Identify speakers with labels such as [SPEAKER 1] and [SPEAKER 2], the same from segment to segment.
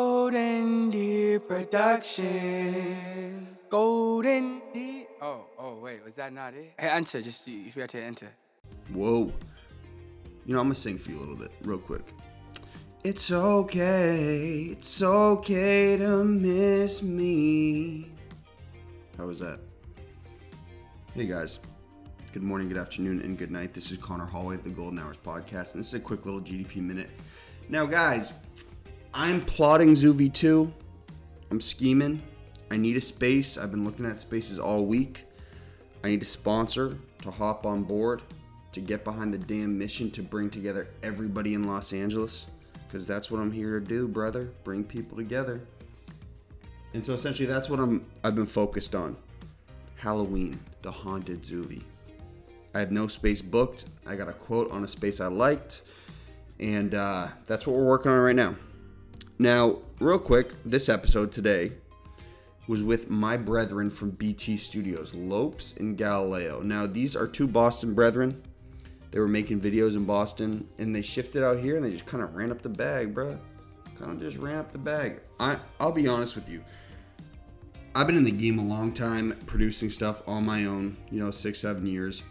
[SPEAKER 1] Golden Deer Productions. Golden Deer. Oh, oh, wait, was that not it? Hey, enter. Just you, you forgot to enter.
[SPEAKER 2] Whoa. You know, I'm gonna sing for you a little bit, real quick. It's okay, it's okay to miss me. How was that? Hey guys, good morning, good afternoon, and good night. This is Connor Hallway of the Golden Hours Podcast, and this is a quick little GDP minute. Now, guys, I'm plotting Zuvi 2. I'm scheming. I need a space. I've been looking at spaces all week. I need a sponsor to hop on board to get behind the damn mission to bring together everybody in Los Angeles because that's what I'm here to do, brother. Bring people together. And so essentially that's what I'm I've been focused on. Halloween, the haunted Zuvi. I have no space booked. I got a quote on a space I liked. And uh, that's what we're working on right now. Now, real quick, this episode today was with my brethren from BT Studios, Lopes and Galileo. Now, these are two Boston brethren. They were making videos in Boston, and they shifted out here, and they just kind of ran up the bag, bruh. Kind of just ran up the bag. I, I'll be honest with you. I've been in the game a long time, producing stuff on my own, you know, six, seven years.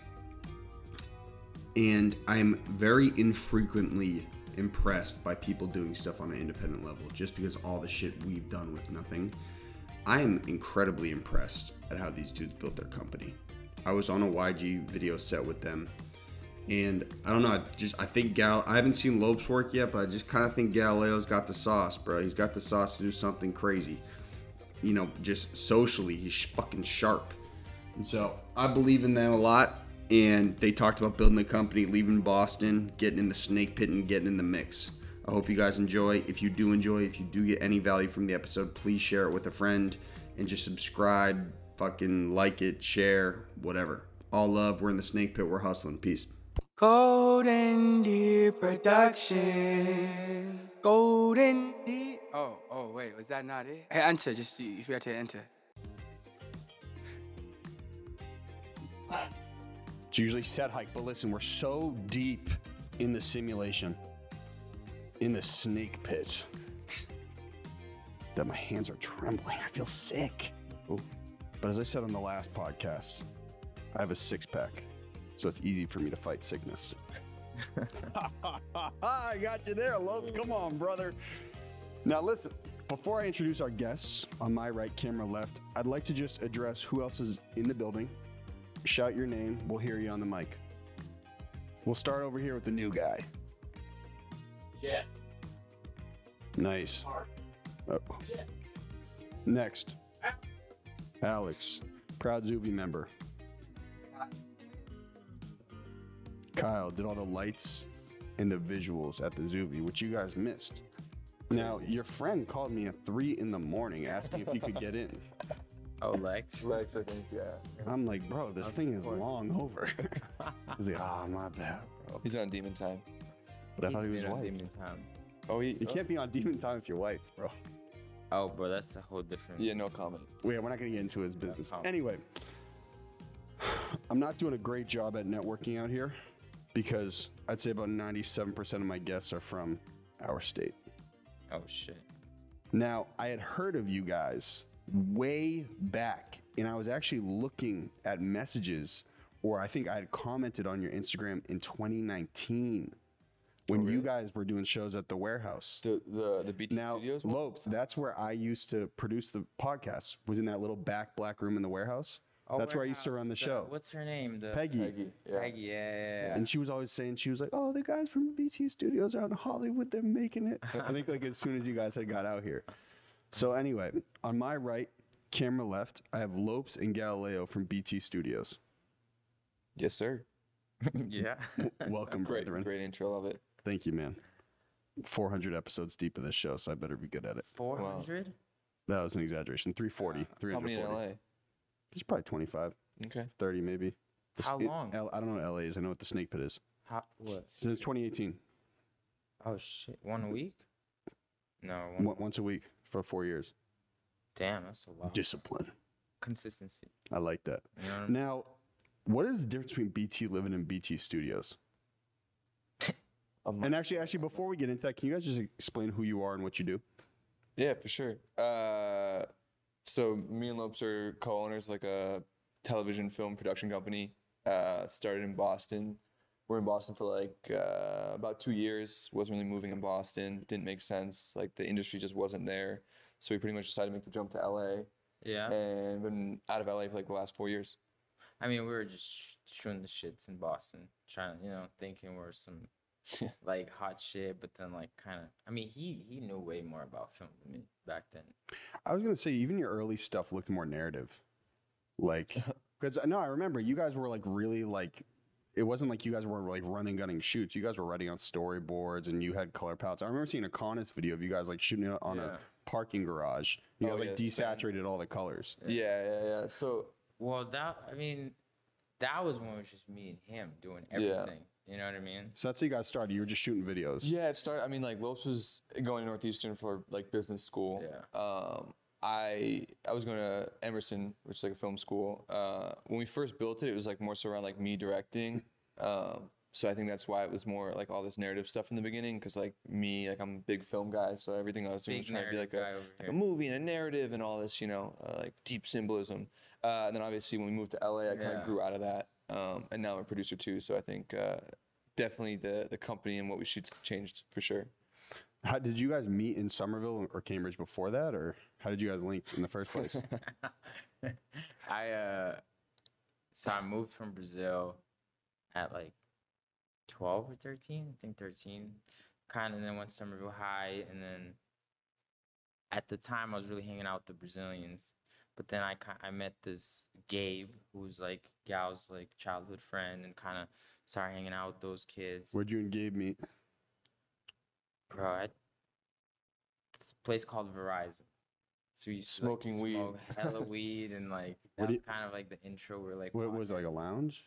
[SPEAKER 2] And I'm very infrequently impressed by people doing stuff on an independent level just because all the shit we've done with nothing. I am incredibly impressed at how these dudes built their company. I was on a YG video set with them, and I don't know. I just I think Gal. I haven't seen Lope's work yet, but I just kind of think Galileo's got the sauce, bro. He's got the sauce to do something crazy. You know, just socially, he's fucking sharp. And so I believe in them a lot. And they talked about building a company, leaving Boston, getting in the snake pit, and getting in the mix. I hope you guys enjoy. If you do enjoy, if you do get any value from the episode, please share it with a friend and just subscribe, fucking like it, share, whatever. All love. We're in the snake pit. We're hustling. Peace.
[SPEAKER 1] Golden Deer Productions. Golden Deer. Oh, oh, wait, was that not it? Hey, enter. Just you, you forgot to enter.
[SPEAKER 2] It's usually set hike, but listen, we're so deep in the simulation, in the snake pit, that my hands are trembling. I feel sick. Oof. But as I said on the last podcast, I have a six pack, so it's easy for me to fight sickness. I got you there, Lopes. Come on, brother. Now, listen, before I introduce our guests on my right, camera left, I'd like to just address who else is in the building. Shout your name, we'll hear you on the mic. We'll start over here with the new guy.
[SPEAKER 3] Jet.
[SPEAKER 2] Nice. Oh. Next, Alex, proud Zuvi member. Kyle did all the lights and the visuals at the Zuvi, which you guys missed. Now, your friend called me at three in the morning asking if you could get in.
[SPEAKER 4] Oh, Lex.
[SPEAKER 3] Legs, I think, yeah.
[SPEAKER 2] I'm like, bro, this thing is long over. He's like, ah, my bad, bro.
[SPEAKER 5] He's on demon time.
[SPEAKER 2] But I thought he was
[SPEAKER 4] been on
[SPEAKER 2] white.
[SPEAKER 4] Demon Time.
[SPEAKER 5] Oh, he.
[SPEAKER 2] You can't be on demon time if you're white, bro.
[SPEAKER 4] Oh, bro, that's a whole different.
[SPEAKER 5] Yeah, no comment.
[SPEAKER 2] Wait, we're not going to get into his business.
[SPEAKER 4] oh.
[SPEAKER 2] Anyway, I'm not doing a great job at networking out here because I'd say about 97% of my guests are from our state.
[SPEAKER 4] Oh shit.
[SPEAKER 2] Now, I had heard of you guys way back, and I was actually looking at messages, or I think I had commented on your Instagram in 2019 when
[SPEAKER 4] Oh,
[SPEAKER 2] you guys were doing shows at the warehouse.
[SPEAKER 5] The the the BT
[SPEAKER 2] Now,
[SPEAKER 5] Studios. one?
[SPEAKER 2] Lopes, that's where I used to produce the podcast. Was in that little back black room in the warehouse.
[SPEAKER 4] Oh,
[SPEAKER 2] that's where I used to
[SPEAKER 4] warehouse.
[SPEAKER 2] run the
[SPEAKER 4] The-
[SPEAKER 2] show.
[SPEAKER 4] What's her name? The
[SPEAKER 2] Peggy.
[SPEAKER 5] Peggy, Yeah.
[SPEAKER 4] Peggy, Yeah. yeah, yeah.
[SPEAKER 2] And she was always saying she was like, "Oh, the guys from BT Studios out in Hollywood, they're making it." I think like as soon as you guys had got out here. So anyway, on my right, camera left, I have Lopes and Galileo from BT Studios.
[SPEAKER 5] Yes, sir.
[SPEAKER 4] yeah.
[SPEAKER 2] Welcome,
[SPEAKER 5] Great,
[SPEAKER 2] brethren.
[SPEAKER 5] great intro of it.
[SPEAKER 2] Thank you, man. 400 episodes deep of this show, so I better be good at it.
[SPEAKER 4] Four hundred.
[SPEAKER 2] That was an exaggeration. 340,
[SPEAKER 5] Uh, How many in
[SPEAKER 2] 340.
[SPEAKER 5] LA?
[SPEAKER 2] There's probably 25.
[SPEAKER 5] Okay.
[SPEAKER 2] 30 maybe. The
[SPEAKER 4] How
[SPEAKER 2] s- it-
[SPEAKER 4] long?
[SPEAKER 2] L, I don't know what LA is. I know what the snake pit is.
[SPEAKER 4] How, what?
[SPEAKER 2] Since 2018,
[SPEAKER 4] Oh shit. One week? No. One,
[SPEAKER 2] one, once a week for four years.
[SPEAKER 4] Damn, that's a
[SPEAKER 5] Uh-huh.
[SPEAKER 4] lot.
[SPEAKER 2] Discipline.
[SPEAKER 4] Consistency.
[SPEAKER 2] I like that.
[SPEAKER 4] You know what I mean?
[SPEAKER 2] Now, what is the difference between BT Living and BT Studios?
[SPEAKER 5] A month.
[SPEAKER 2] And actually, actually, before we get into that, can you guys just explain who you are and what you do?
[SPEAKER 5] Yeah, for sure. Uh, so me and Lopes are co-owners of, like a television film production company. Uh, started in Boston. We're in Boston for like uh, about two years. Wasn't really moving in Boston. Didn't make sense. Like the industry just wasn't there. So we pretty much decided to make the jump to LA,
[SPEAKER 4] Yeah.
[SPEAKER 5] and been out of LA for like the last four years.
[SPEAKER 4] I mean, we were just sh- shooting the shits in Boston, trying, you know, thinking we're some
[SPEAKER 5] Yeah.
[SPEAKER 4] like hot shit, but then like kind of. I mean, he he knew way more about film than me back then.
[SPEAKER 2] I was gonna say even your early stuff looked more narrative, like because no, I remember you guys were like really like it wasn't like you guys were like running gunning shoots. You guys were writing on storyboards and you had color palettes. I remember seeing a Connors video of you guys like shooting it on
[SPEAKER 4] yeah.
[SPEAKER 2] a parking garage. You
[SPEAKER 5] Oh,
[SPEAKER 2] guys like
[SPEAKER 5] yeah, Sven.
[SPEAKER 2] desaturated all the colors.
[SPEAKER 4] Yeah.
[SPEAKER 5] Yeah, yeah, yeah. So
[SPEAKER 4] Well, that I mean, that was when it was just me and him doing
[SPEAKER 5] Yeah.
[SPEAKER 4] everything. You know what I mean?
[SPEAKER 2] So that's how you guys started. You were just shooting videos.
[SPEAKER 5] Yeah, it started. I mean, like Lopes was going to Northeastern for like business school.
[SPEAKER 4] Yeah.
[SPEAKER 5] Um, I I was going to Emerson, which is like a film school. Uh, when we first built it, it was like more so around like me directing. Um, so I think that's why it was more like all this narrative stuff in the beginning, because like me, like I'm a big film guy, so everything I was doing
[SPEAKER 4] Big
[SPEAKER 5] was trying to be
[SPEAKER 4] narrative
[SPEAKER 5] like
[SPEAKER 4] guy
[SPEAKER 5] a
[SPEAKER 4] over
[SPEAKER 5] like a
[SPEAKER 4] here.
[SPEAKER 5] movie and a narrative and all this, you know, uh, like deep symbolism. Uh, and then obviously when we moved to LA, I kind of
[SPEAKER 4] Yeah.
[SPEAKER 5] grew out of that. Um, and now I'm a producer too, so I think uh, definitely the the company and what we shoot's changed for sure.
[SPEAKER 2] How did you guys meet in Somerville or Cambridge before that, or how did you guys link in the first place?
[SPEAKER 4] I uh so I moved from Brazil at like 12 or 13, I think 13. Kind of then went to Somerville High and then at the time I was really hanging out with the Brazilians. But then I ki- I met this Gabe who's like Gal's like childhood friend and kind of started hanging out with those kids.
[SPEAKER 2] Where'd you and Gabe meet?
[SPEAKER 4] Bro, I, this place called Verizon. So you
[SPEAKER 5] Smoking weed.
[SPEAKER 4] smoke hella weed, and like
[SPEAKER 2] What
[SPEAKER 4] that
[SPEAKER 2] do
[SPEAKER 4] was
[SPEAKER 2] you-
[SPEAKER 4] kind of like the intro. We're like,
[SPEAKER 2] What was it,
[SPEAKER 4] walking.
[SPEAKER 2] like a lounge?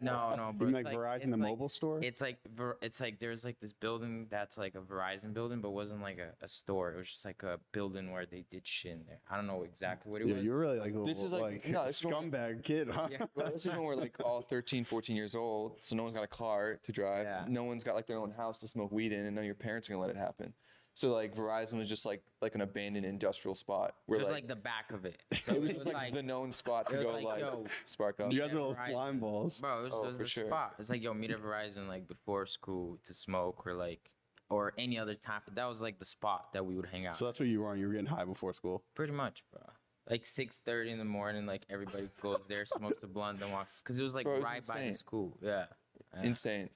[SPEAKER 4] No, no,
[SPEAKER 2] You
[SPEAKER 4] bro.
[SPEAKER 2] mean
[SPEAKER 4] it's
[SPEAKER 2] like Verizon,
[SPEAKER 4] it's
[SPEAKER 2] the
[SPEAKER 4] like-
[SPEAKER 2] mobile store?
[SPEAKER 4] It's like Ver- it's like there's like this building that's like a Verizon building, but wasn't like a, a store. It was just like a building where they did shit in there. I don't know exactly what it
[SPEAKER 2] Yeah,
[SPEAKER 4] was.
[SPEAKER 2] you're really like a
[SPEAKER 5] This
[SPEAKER 2] little,
[SPEAKER 5] is like-
[SPEAKER 2] like,
[SPEAKER 5] no, this is what-
[SPEAKER 2] scumbag kid, huh?
[SPEAKER 4] Yeah,
[SPEAKER 5] Well, this is when we're like all 13, 14 years old, so no one's got a car to drive.
[SPEAKER 4] Yeah.
[SPEAKER 5] No one's got like their own house to smoke weed in, and none of your parents are gonna let it happen. So like Verizon was just like like an abandoned industrial spot
[SPEAKER 4] It
[SPEAKER 5] where
[SPEAKER 4] was
[SPEAKER 5] like,
[SPEAKER 4] like, the back of it. So
[SPEAKER 5] it was just like, the known spot to
[SPEAKER 4] it was
[SPEAKER 5] go
[SPEAKER 4] like,
[SPEAKER 5] like,
[SPEAKER 4] yo,
[SPEAKER 5] spark up.
[SPEAKER 2] you guys
[SPEAKER 4] Yeah,
[SPEAKER 2] are little
[SPEAKER 4] right.
[SPEAKER 2] slime balls.
[SPEAKER 4] Bro, it was,
[SPEAKER 5] Oh,
[SPEAKER 4] it was
[SPEAKER 5] for
[SPEAKER 4] a
[SPEAKER 5] sure.
[SPEAKER 4] spot. It's like, yo, meet at Verizon like before school to smoke or like or any other time. That was like the spot that we would hang out.
[SPEAKER 2] So that's what you were on. You were getting high before school.
[SPEAKER 4] Pretty much, bro. Like six thirty in the morning, like everybody goes there, smokes a blunt, then walks. Cause it was like
[SPEAKER 5] Bro, it was
[SPEAKER 4] right by the
[SPEAKER 5] insane.
[SPEAKER 4] school. Yeah. Yeah.
[SPEAKER 5] Insane.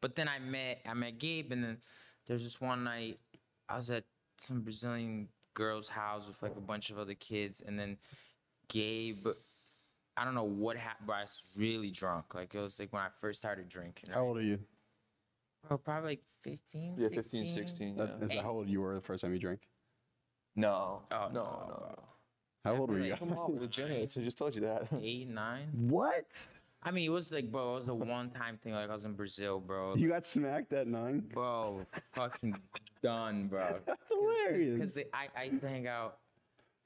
[SPEAKER 4] But then I met I met Gabe, and then there's this one night I was at some Brazilian girl's house with like a bunch of other kids, and then Gabe, I don't know what happened, but I was really drunk. Like it was like when I first started drinking.
[SPEAKER 2] How
[SPEAKER 4] right?
[SPEAKER 2] old are you?
[SPEAKER 4] Bro, probably like 15.
[SPEAKER 5] Yeah, 15, 16.
[SPEAKER 2] That,
[SPEAKER 5] yeah.
[SPEAKER 2] Is that how old you were the first time you drank?
[SPEAKER 5] No.
[SPEAKER 4] Oh,
[SPEAKER 5] no.
[SPEAKER 4] no,
[SPEAKER 5] No.
[SPEAKER 4] bro.
[SPEAKER 5] no.
[SPEAKER 2] How old were
[SPEAKER 4] feel
[SPEAKER 2] you?
[SPEAKER 4] like-
[SPEAKER 5] Come on, we're degenerates. I just told you that.
[SPEAKER 4] Eight, nine.
[SPEAKER 2] what?
[SPEAKER 4] I mean, it was like, bro, it was a one time thing. Like, I was in Brazil, bro.
[SPEAKER 2] You got smacked at nine?
[SPEAKER 4] bro, fucking done, bro.
[SPEAKER 2] That's
[SPEAKER 4] Because
[SPEAKER 2] hilarious.
[SPEAKER 4] I, I used to hang out,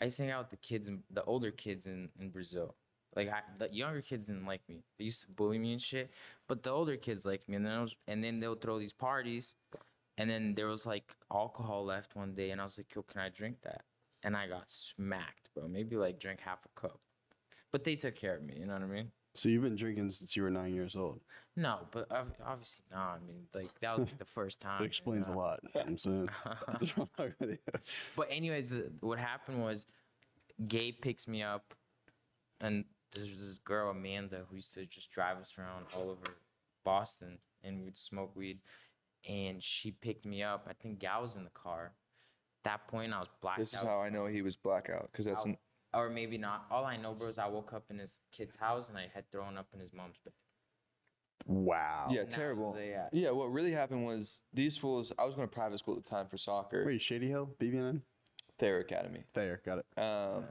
[SPEAKER 4] I used to hang out with the kids, in, the older kids in, in Brazil. Like I, the younger kids didn't like me. They used to bully me and shit. But the older kids liked me, and then I was, and then they'll throw these parties, and then there was like alcohol left one day, and I was like, "Yo, can I drink that?" And I got smacked, bro. Maybe like drink half a cup. But they took care of me. You know what I mean?
[SPEAKER 2] So you've been drinking since you were nine years old.
[SPEAKER 4] No, but ob- obviously not. I mean, like that was like, the first time.
[SPEAKER 2] It
[SPEAKER 4] you
[SPEAKER 2] explains a
[SPEAKER 4] know?
[SPEAKER 2] lot. you know what I'm saying.
[SPEAKER 4] But anyways, th- what happened was, Gabe picks me up, and there's this girl Amanda who used to just drive us around all over Boston, and we'd smoke weed. And she picked me up. I think Gal was in the car. At that point, I was blacked
[SPEAKER 5] This is
[SPEAKER 4] out,
[SPEAKER 5] how I know he was blackout because that's
[SPEAKER 4] Out.
[SPEAKER 5] an,
[SPEAKER 4] or maybe not. All I know, bro, is I woke up in his kid's house and I had thrown up in his mom's bed.
[SPEAKER 2] wow.
[SPEAKER 4] And
[SPEAKER 5] yeah
[SPEAKER 4] that was
[SPEAKER 5] terrible.
[SPEAKER 4] the, uh,
[SPEAKER 5] Yeah, what really happened was these fools. I was going to private school at the time for soccer,
[SPEAKER 2] Wait, Shady Hill, BBNN,
[SPEAKER 5] Thayer Academy.
[SPEAKER 2] there, got it.
[SPEAKER 5] Um,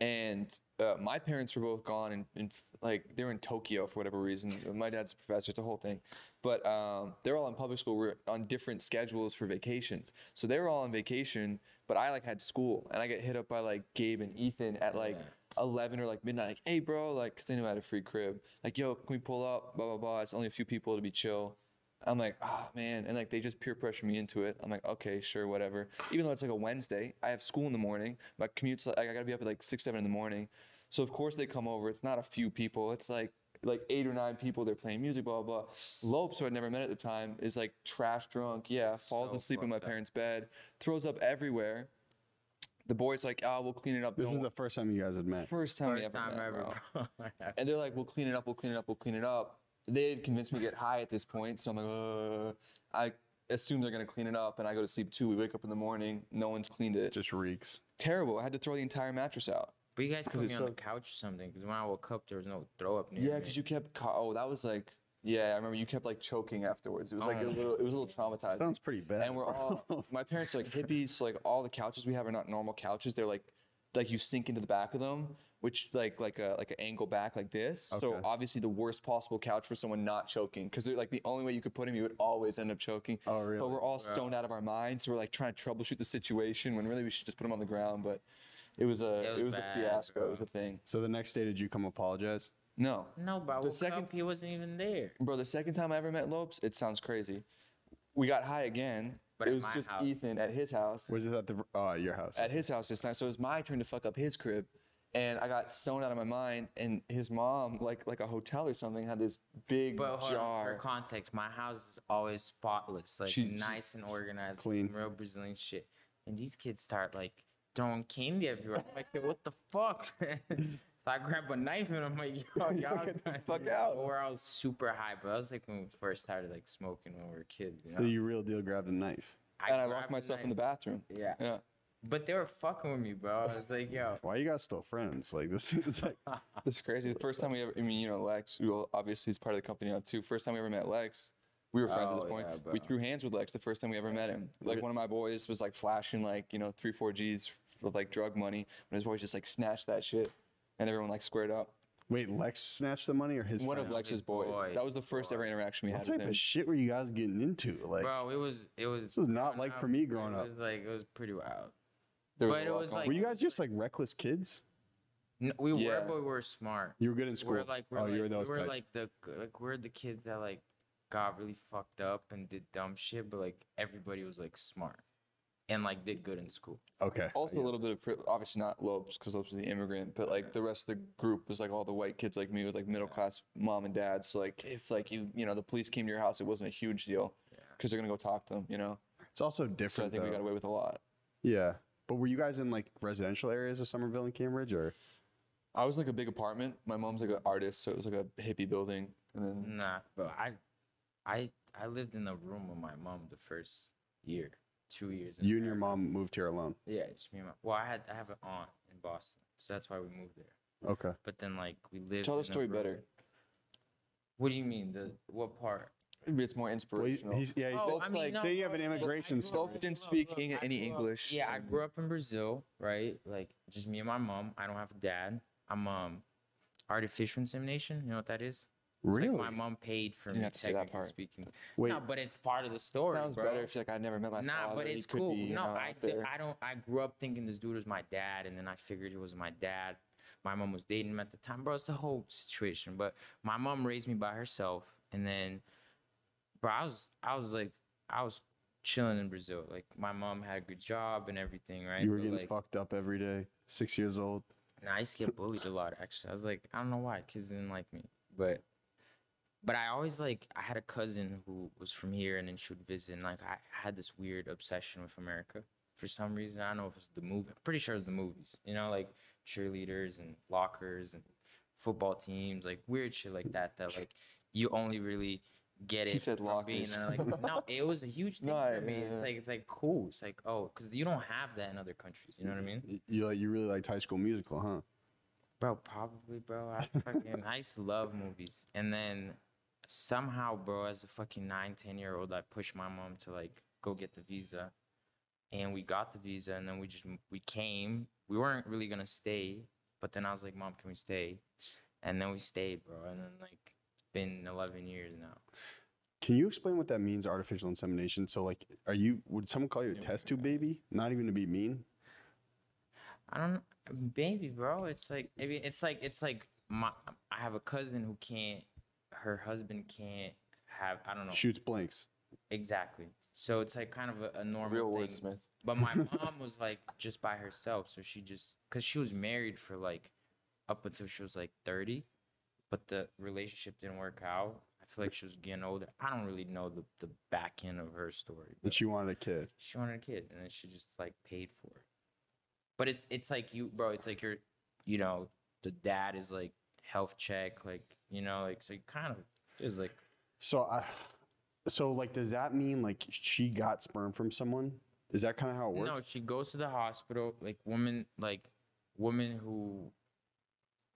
[SPEAKER 5] and uh, my parents were both gone, and, and like they were in Tokyo for whatever reason. My dad's a professor; it's a whole thing. But um, they're all in public school. We're on different schedules for vacations, so they were all on vacation. But I like had school, and I get hit up by like Gabe and Ethan at like
[SPEAKER 4] Yeah.
[SPEAKER 5] eleven or like midnight. Like, hey, bro, like, cause they knew I had a free crib. Like, yo, can we pull up? Blah blah blah. It's only a few people to be chill. I'm like, oh man, and like they just peer pressure me into it. I'm like, okay, sure, whatever. Even though it's like a Wednesday, I have school in the morning. My commute's like I gotta be up at like six, seven in the morning. So of course they come over. It's not a few people. It's like like eight or nine people. They're playing music, blah blah. blah. Lopes, who I never met at the time, is like trash drunk. Yeah, falls
[SPEAKER 4] So
[SPEAKER 5] asleep in my
[SPEAKER 4] fucked up.
[SPEAKER 5] parents' bed, throws up everywhere. The boys like, ah, we'll clean it up.
[SPEAKER 2] This
[SPEAKER 5] Don't
[SPEAKER 2] is the first time you guys had met.
[SPEAKER 5] First time we
[SPEAKER 4] First
[SPEAKER 5] ever
[SPEAKER 4] time
[SPEAKER 5] met,
[SPEAKER 4] ever.
[SPEAKER 5] bro.
[SPEAKER 4] bro.
[SPEAKER 5] And they're like, "We'll clean it up. We'll clean it up. We'll clean it up." They had convinced me to get high at this point, so I'm like, uh, I assume they're gonna clean it up, and I go to sleep too. We wake up in the morning, no one's cleaned it.
[SPEAKER 2] Just reeks.
[SPEAKER 5] Terrible. I had to throw the entire mattress out.
[SPEAKER 4] but you guys put me on
[SPEAKER 5] it's
[SPEAKER 4] the
[SPEAKER 5] so-
[SPEAKER 4] couch or something because when I woke up there was no throw up near
[SPEAKER 5] Yeah,
[SPEAKER 4] me.
[SPEAKER 5] because you kept. Ca- oh, that was like. Yeah, I remember you kept like choking afterwards. It was like a
[SPEAKER 4] Oh.
[SPEAKER 5] little. It was a little traumatized.
[SPEAKER 2] Sounds pretty bad.
[SPEAKER 5] Uh, and we're all. My parents are like hippies. So like all the couches we have are not normal couches. They're like, like you sink into the back of them, which like like a like an angle back like this. So
[SPEAKER 2] Okay.
[SPEAKER 5] obviously the worst possible couch for someone not choking because they're like the only way you could put him, you would always end up choking.
[SPEAKER 2] Oh, really?
[SPEAKER 5] But we're all stoned out of our minds, so we're like trying to troubleshoot the situation when really we should just put him on the ground. But it was a
[SPEAKER 4] It
[SPEAKER 5] it
[SPEAKER 4] was
[SPEAKER 5] was,
[SPEAKER 4] bad,
[SPEAKER 5] a fiasco.
[SPEAKER 4] bro.
[SPEAKER 5] It was a thing.
[SPEAKER 2] so the next day, did you come apologize?
[SPEAKER 5] No,
[SPEAKER 4] no, but I woke
[SPEAKER 5] second-
[SPEAKER 4] up he wasn't even there.
[SPEAKER 5] bro. The second time I ever met Lopes, it sounds crazy. We got high again.
[SPEAKER 4] But
[SPEAKER 5] it
[SPEAKER 4] at
[SPEAKER 5] was
[SPEAKER 4] my
[SPEAKER 5] just
[SPEAKER 4] house.
[SPEAKER 5] Ethan at his house.
[SPEAKER 2] Was it at the uh, your house?
[SPEAKER 5] at his house this time. So it was my turn to fuck up his crib. And I got stoned out of my mind. And his mom, like like a hotel or something, had this big
[SPEAKER 4] But hold on, for
[SPEAKER 5] jar.
[SPEAKER 4] context, my house is always spotless, like
[SPEAKER 5] She- she-
[SPEAKER 4] nice and organized,
[SPEAKER 2] Clean.
[SPEAKER 4] real Brazilian shit. And these kids start like throwing candy everywhere. I'm like, "Yo, what the fuck? so I grab a knife and I'm like, yo, y'all
[SPEAKER 5] Get the
[SPEAKER 4] guys-
[SPEAKER 5] fuck out.
[SPEAKER 4] But we're all super high, but I was like when we first started like smoking when we were kids. You
[SPEAKER 2] so
[SPEAKER 4] know?
[SPEAKER 2] you real deal grabbed a knife.
[SPEAKER 5] and I
[SPEAKER 4] grabbed
[SPEAKER 5] locked
[SPEAKER 4] a
[SPEAKER 5] myself in the
[SPEAKER 4] knife-
[SPEAKER 5] bathroom.
[SPEAKER 4] Yeah.
[SPEAKER 5] Yeah.
[SPEAKER 4] But they were fucking with me, bro. I was like, yo.
[SPEAKER 2] Why you guys still friends? Like this is like
[SPEAKER 5] This is crazy. The first time we ever, I mean, you know, Lex, who al- obviously is part of the company now too. First time we ever met Lex, we were friends at
[SPEAKER 4] Oh,
[SPEAKER 5] this point.
[SPEAKER 4] yeah,
[SPEAKER 5] we
[SPEAKER 4] bro.
[SPEAKER 5] threw hands with Lex the first time we ever met him. Like one of my boys was like flashing like, you know, three, four G's with like drug money. And his boys just like snatched that shit. And everyone like squared up.
[SPEAKER 2] wait, Lex snatched the money or his
[SPEAKER 5] One
[SPEAKER 2] friend?
[SPEAKER 5] of Lex's boys.
[SPEAKER 4] boy,
[SPEAKER 5] That was the first ever interaction we
[SPEAKER 2] What
[SPEAKER 5] had with
[SPEAKER 2] type
[SPEAKER 5] him.
[SPEAKER 2] of shit were you guys getting into? Like
[SPEAKER 4] Bro, it was it was
[SPEAKER 2] this was not
[SPEAKER 4] growing
[SPEAKER 2] like for
[SPEAKER 4] up,
[SPEAKER 2] me growing
[SPEAKER 4] Uh, it
[SPEAKER 2] up.
[SPEAKER 4] was like it was pretty wild.
[SPEAKER 5] There
[SPEAKER 4] but
[SPEAKER 5] a
[SPEAKER 4] it
[SPEAKER 5] lot
[SPEAKER 4] was,
[SPEAKER 5] going
[SPEAKER 4] like,
[SPEAKER 2] Were you guys just like reckless kids?
[SPEAKER 4] N we
[SPEAKER 5] Yeah.
[SPEAKER 4] were, but we were smart.
[SPEAKER 2] You were good in school.
[SPEAKER 4] We're like, we're
[SPEAKER 2] oh,
[SPEAKER 4] like,
[SPEAKER 2] you were those
[SPEAKER 4] we were
[SPEAKER 2] types.
[SPEAKER 4] like the like we're the kids that like got really fucked up and did dumb shit, but like everybody was like smart and like did good in school.
[SPEAKER 2] okay.
[SPEAKER 5] also
[SPEAKER 2] yeah.
[SPEAKER 5] a little bit of pri- obviously not Lopes because Lopes was the immigrant, but like the rest of the group was like all the white kids like me with like middle class mom and dad. So like if like you you know the police came to your house, it wasn't a huge deal because they're gonna go talk to them, you know.
[SPEAKER 2] it's also different.
[SPEAKER 5] So I think
[SPEAKER 2] though.
[SPEAKER 5] we got away with a lot.
[SPEAKER 2] Yeah. But were you guys in like residential areas of Somerville and Cambridge or
[SPEAKER 5] I was like a big apartment. My mom's like an artist, so it was like a hippie building, and then
[SPEAKER 4] Nah, but I, I, I lived in a room with my mom the first year, two years. in
[SPEAKER 2] you and your
[SPEAKER 4] America.
[SPEAKER 2] mom moved here alone?
[SPEAKER 4] Yeah, just me and my. Well, I had I have an aunt in Boston, so that's why we moved there.
[SPEAKER 2] Okay.
[SPEAKER 4] But then like we lived.
[SPEAKER 5] tell the
[SPEAKER 4] in a
[SPEAKER 5] story
[SPEAKER 4] room-
[SPEAKER 5] better.
[SPEAKER 4] What do you mean? The what part?
[SPEAKER 5] It's more
[SPEAKER 2] Well, he-
[SPEAKER 5] inspirational.
[SPEAKER 2] he's, yeah, he's,
[SPEAKER 5] Oh, I mean,
[SPEAKER 2] like, say you have an immigration
[SPEAKER 4] I grew
[SPEAKER 2] story.
[SPEAKER 4] up-
[SPEAKER 5] Didn't
[SPEAKER 4] look,
[SPEAKER 5] speak
[SPEAKER 4] look,
[SPEAKER 5] Eng-
[SPEAKER 4] I
[SPEAKER 5] any
[SPEAKER 4] grew up-
[SPEAKER 5] English,
[SPEAKER 4] Yeah, I
[SPEAKER 5] and-
[SPEAKER 4] grew up in Brazil, right? Like just me and my mom. I don't have a dad. I'm um artificial insemination. You know what that is? It's
[SPEAKER 2] really?
[SPEAKER 4] Like my mom paid for
[SPEAKER 5] Didn't
[SPEAKER 4] me.
[SPEAKER 5] have to say that
[SPEAKER 4] technically
[SPEAKER 5] part.
[SPEAKER 4] Speaking.
[SPEAKER 2] Wait.
[SPEAKER 4] No, but it's part of the story.
[SPEAKER 5] sounds
[SPEAKER 4] bro.
[SPEAKER 5] better if like I never met my
[SPEAKER 4] Nah,
[SPEAKER 5] father.
[SPEAKER 4] but
[SPEAKER 5] he
[SPEAKER 4] it's
[SPEAKER 5] could
[SPEAKER 4] cool.
[SPEAKER 5] be, you
[SPEAKER 4] no,
[SPEAKER 5] know,
[SPEAKER 4] I,
[SPEAKER 5] out
[SPEAKER 4] di-
[SPEAKER 5] there.
[SPEAKER 4] I don't. I grew up thinking this dude was my dad, and then I figured he was my dad. My mom was dating him at the time, bro. It's a whole situation. But my mom raised me by herself, and then, bro, I was, I was like, I was chilling in Brazil. Like my mom had a good job and everything, right?
[SPEAKER 2] you were
[SPEAKER 4] But,
[SPEAKER 2] getting
[SPEAKER 4] like,
[SPEAKER 2] fucked up every day, six years old.
[SPEAKER 4] Nah, I used to get bullied a lot. Actually, I was like, I don't know why kids didn't like me, but but I always like I had a cousin who was from here and then she would visit. And like I had this weird obsession with America for some reason. I don't know if it was the movie. I'm pretty sure it was the movies. You know, like cheerleaders and lockers and football teams, like weird shit like that. That like you only really get it.
[SPEAKER 5] He said
[SPEAKER 4] from
[SPEAKER 5] lockers.
[SPEAKER 4] Being, uh, like, no, it was a huge thing
[SPEAKER 5] No, I-
[SPEAKER 4] for me.
[SPEAKER 5] yeah, yeah.
[SPEAKER 4] It's like it's like cool. It's like oh, because you don't have that in other countries. You know what I mean?
[SPEAKER 2] Y- You like you really liked High School Musical, huh?
[SPEAKER 4] Bro, probably, bro. I fucking I used to love movies, and then somehow, bro, as a fucking nine, ten year old, I pushed my mom to like go get the visa, and we got the visa, and then we just we came. We weren't really gonna stay, but then I was like, "Mom, can we stay?" And then we stayed, bro. And then like it's been eleven years now.
[SPEAKER 2] Can you explain what that means, artificial insemination? So, like, are you would someone call you a test tube baby? Not even to be mean.
[SPEAKER 4] I don't, baby, bro. It's like I mean, it's like it's like my. I have a cousin who can't. Her husband can't have I don't know
[SPEAKER 2] Shoots blanks.
[SPEAKER 4] exactly. So it's like kind of a, a normal
[SPEAKER 5] Real
[SPEAKER 4] thing.
[SPEAKER 5] wordsmith.
[SPEAKER 4] But my mom was like just by herself, so she just because she was married for like up until she was like thirty, but the relationship didn't work out. I feel like she was getting older. I don't really know the the back end of her story.
[SPEAKER 2] That
[SPEAKER 4] but-
[SPEAKER 2] she wanted a kid.
[SPEAKER 4] she wanted a kid, and then she just like paid for it. But it's it's like you, bro. It's like you're, you know, the dad is like health check, like you know, like so you kind of is like
[SPEAKER 2] So I, so like, does that mean like she got sperm from someone? Is that kind of how it works?
[SPEAKER 4] no. She goes to the hospital, like woman, like woman who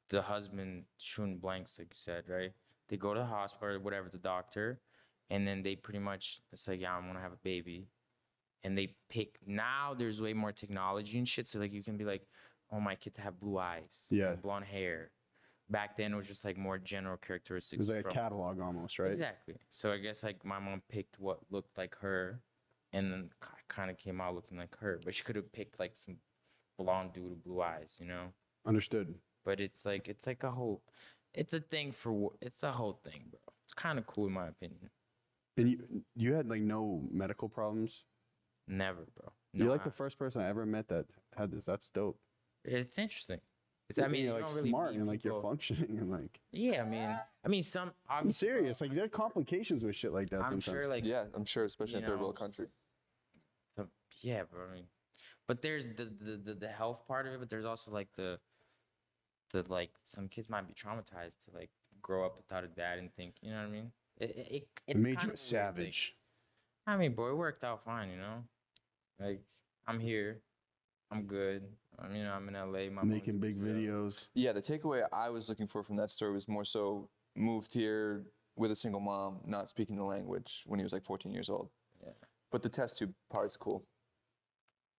[SPEAKER 4] the husband shooting blanks, like you said, right? They go to the hospital, whatever the doctor, and then they pretty much it's like, yeah, I'm gonna have a baby, and they pick. Now there's way more technology and shit, so like you can be like, oh my kid to have blue eyes, and
[SPEAKER 2] Yeah.
[SPEAKER 4] blonde hair. Back then it was just like more general characteristics.
[SPEAKER 2] It was like a
[SPEAKER 4] from-
[SPEAKER 2] catalog almost, right?
[SPEAKER 4] Exactly. So I guess like my mom picked what looked like her, and then kind of came out looking like her. But she could have picked like some blonde dude with blue eyes, you know.
[SPEAKER 2] Understood.
[SPEAKER 4] But it's like it's like a whole, it's a thing for wo- it's a whole thing, bro. It's kind of cool in my opinion.
[SPEAKER 2] And you, you had like no medical problems.
[SPEAKER 4] Never, bro.
[SPEAKER 2] You're
[SPEAKER 4] No,
[SPEAKER 2] like
[SPEAKER 4] I-
[SPEAKER 2] the first person I ever met that had this. That's dope.
[SPEAKER 4] It's interesting. It's, I
[SPEAKER 2] And
[SPEAKER 4] mean,
[SPEAKER 2] you're
[SPEAKER 4] you
[SPEAKER 2] like
[SPEAKER 4] don't really
[SPEAKER 2] smart
[SPEAKER 4] meet
[SPEAKER 2] and like you're
[SPEAKER 4] people-
[SPEAKER 2] functioning and like
[SPEAKER 4] Yeah, I mean, I mean, some.
[SPEAKER 2] I'm
[SPEAKER 4] obviously, bro,
[SPEAKER 2] serious. Like there are complications with shit like that.
[SPEAKER 4] I'm
[SPEAKER 2] sometimes.
[SPEAKER 4] sure, like
[SPEAKER 5] yeah, I'm sure, especially in
[SPEAKER 4] you
[SPEAKER 5] a third
[SPEAKER 4] know,
[SPEAKER 5] world country.
[SPEAKER 4] So, yeah, but I mean, but there's the, the the the health part of it, but there's also like the the like some kids might be traumatized to like grow up without a dad and think, you know what I mean? It it, it
[SPEAKER 2] it
[SPEAKER 4] it's
[SPEAKER 2] made you a
[SPEAKER 4] kind of weird thing.
[SPEAKER 2] savage.
[SPEAKER 4] I mean, boy, it worked out fine, you know. Like I'm here, I'm good. I mean, I'm in LA. My uh, mom's
[SPEAKER 2] Making
[SPEAKER 4] in
[SPEAKER 2] big
[SPEAKER 4] Brazil.
[SPEAKER 2] videos.
[SPEAKER 5] Yeah, the takeaway I was looking for from that story was more so moved here with a single mom, not speaking the language when he was like 14 years old.
[SPEAKER 4] Yeah.
[SPEAKER 5] But the test tube part's cool.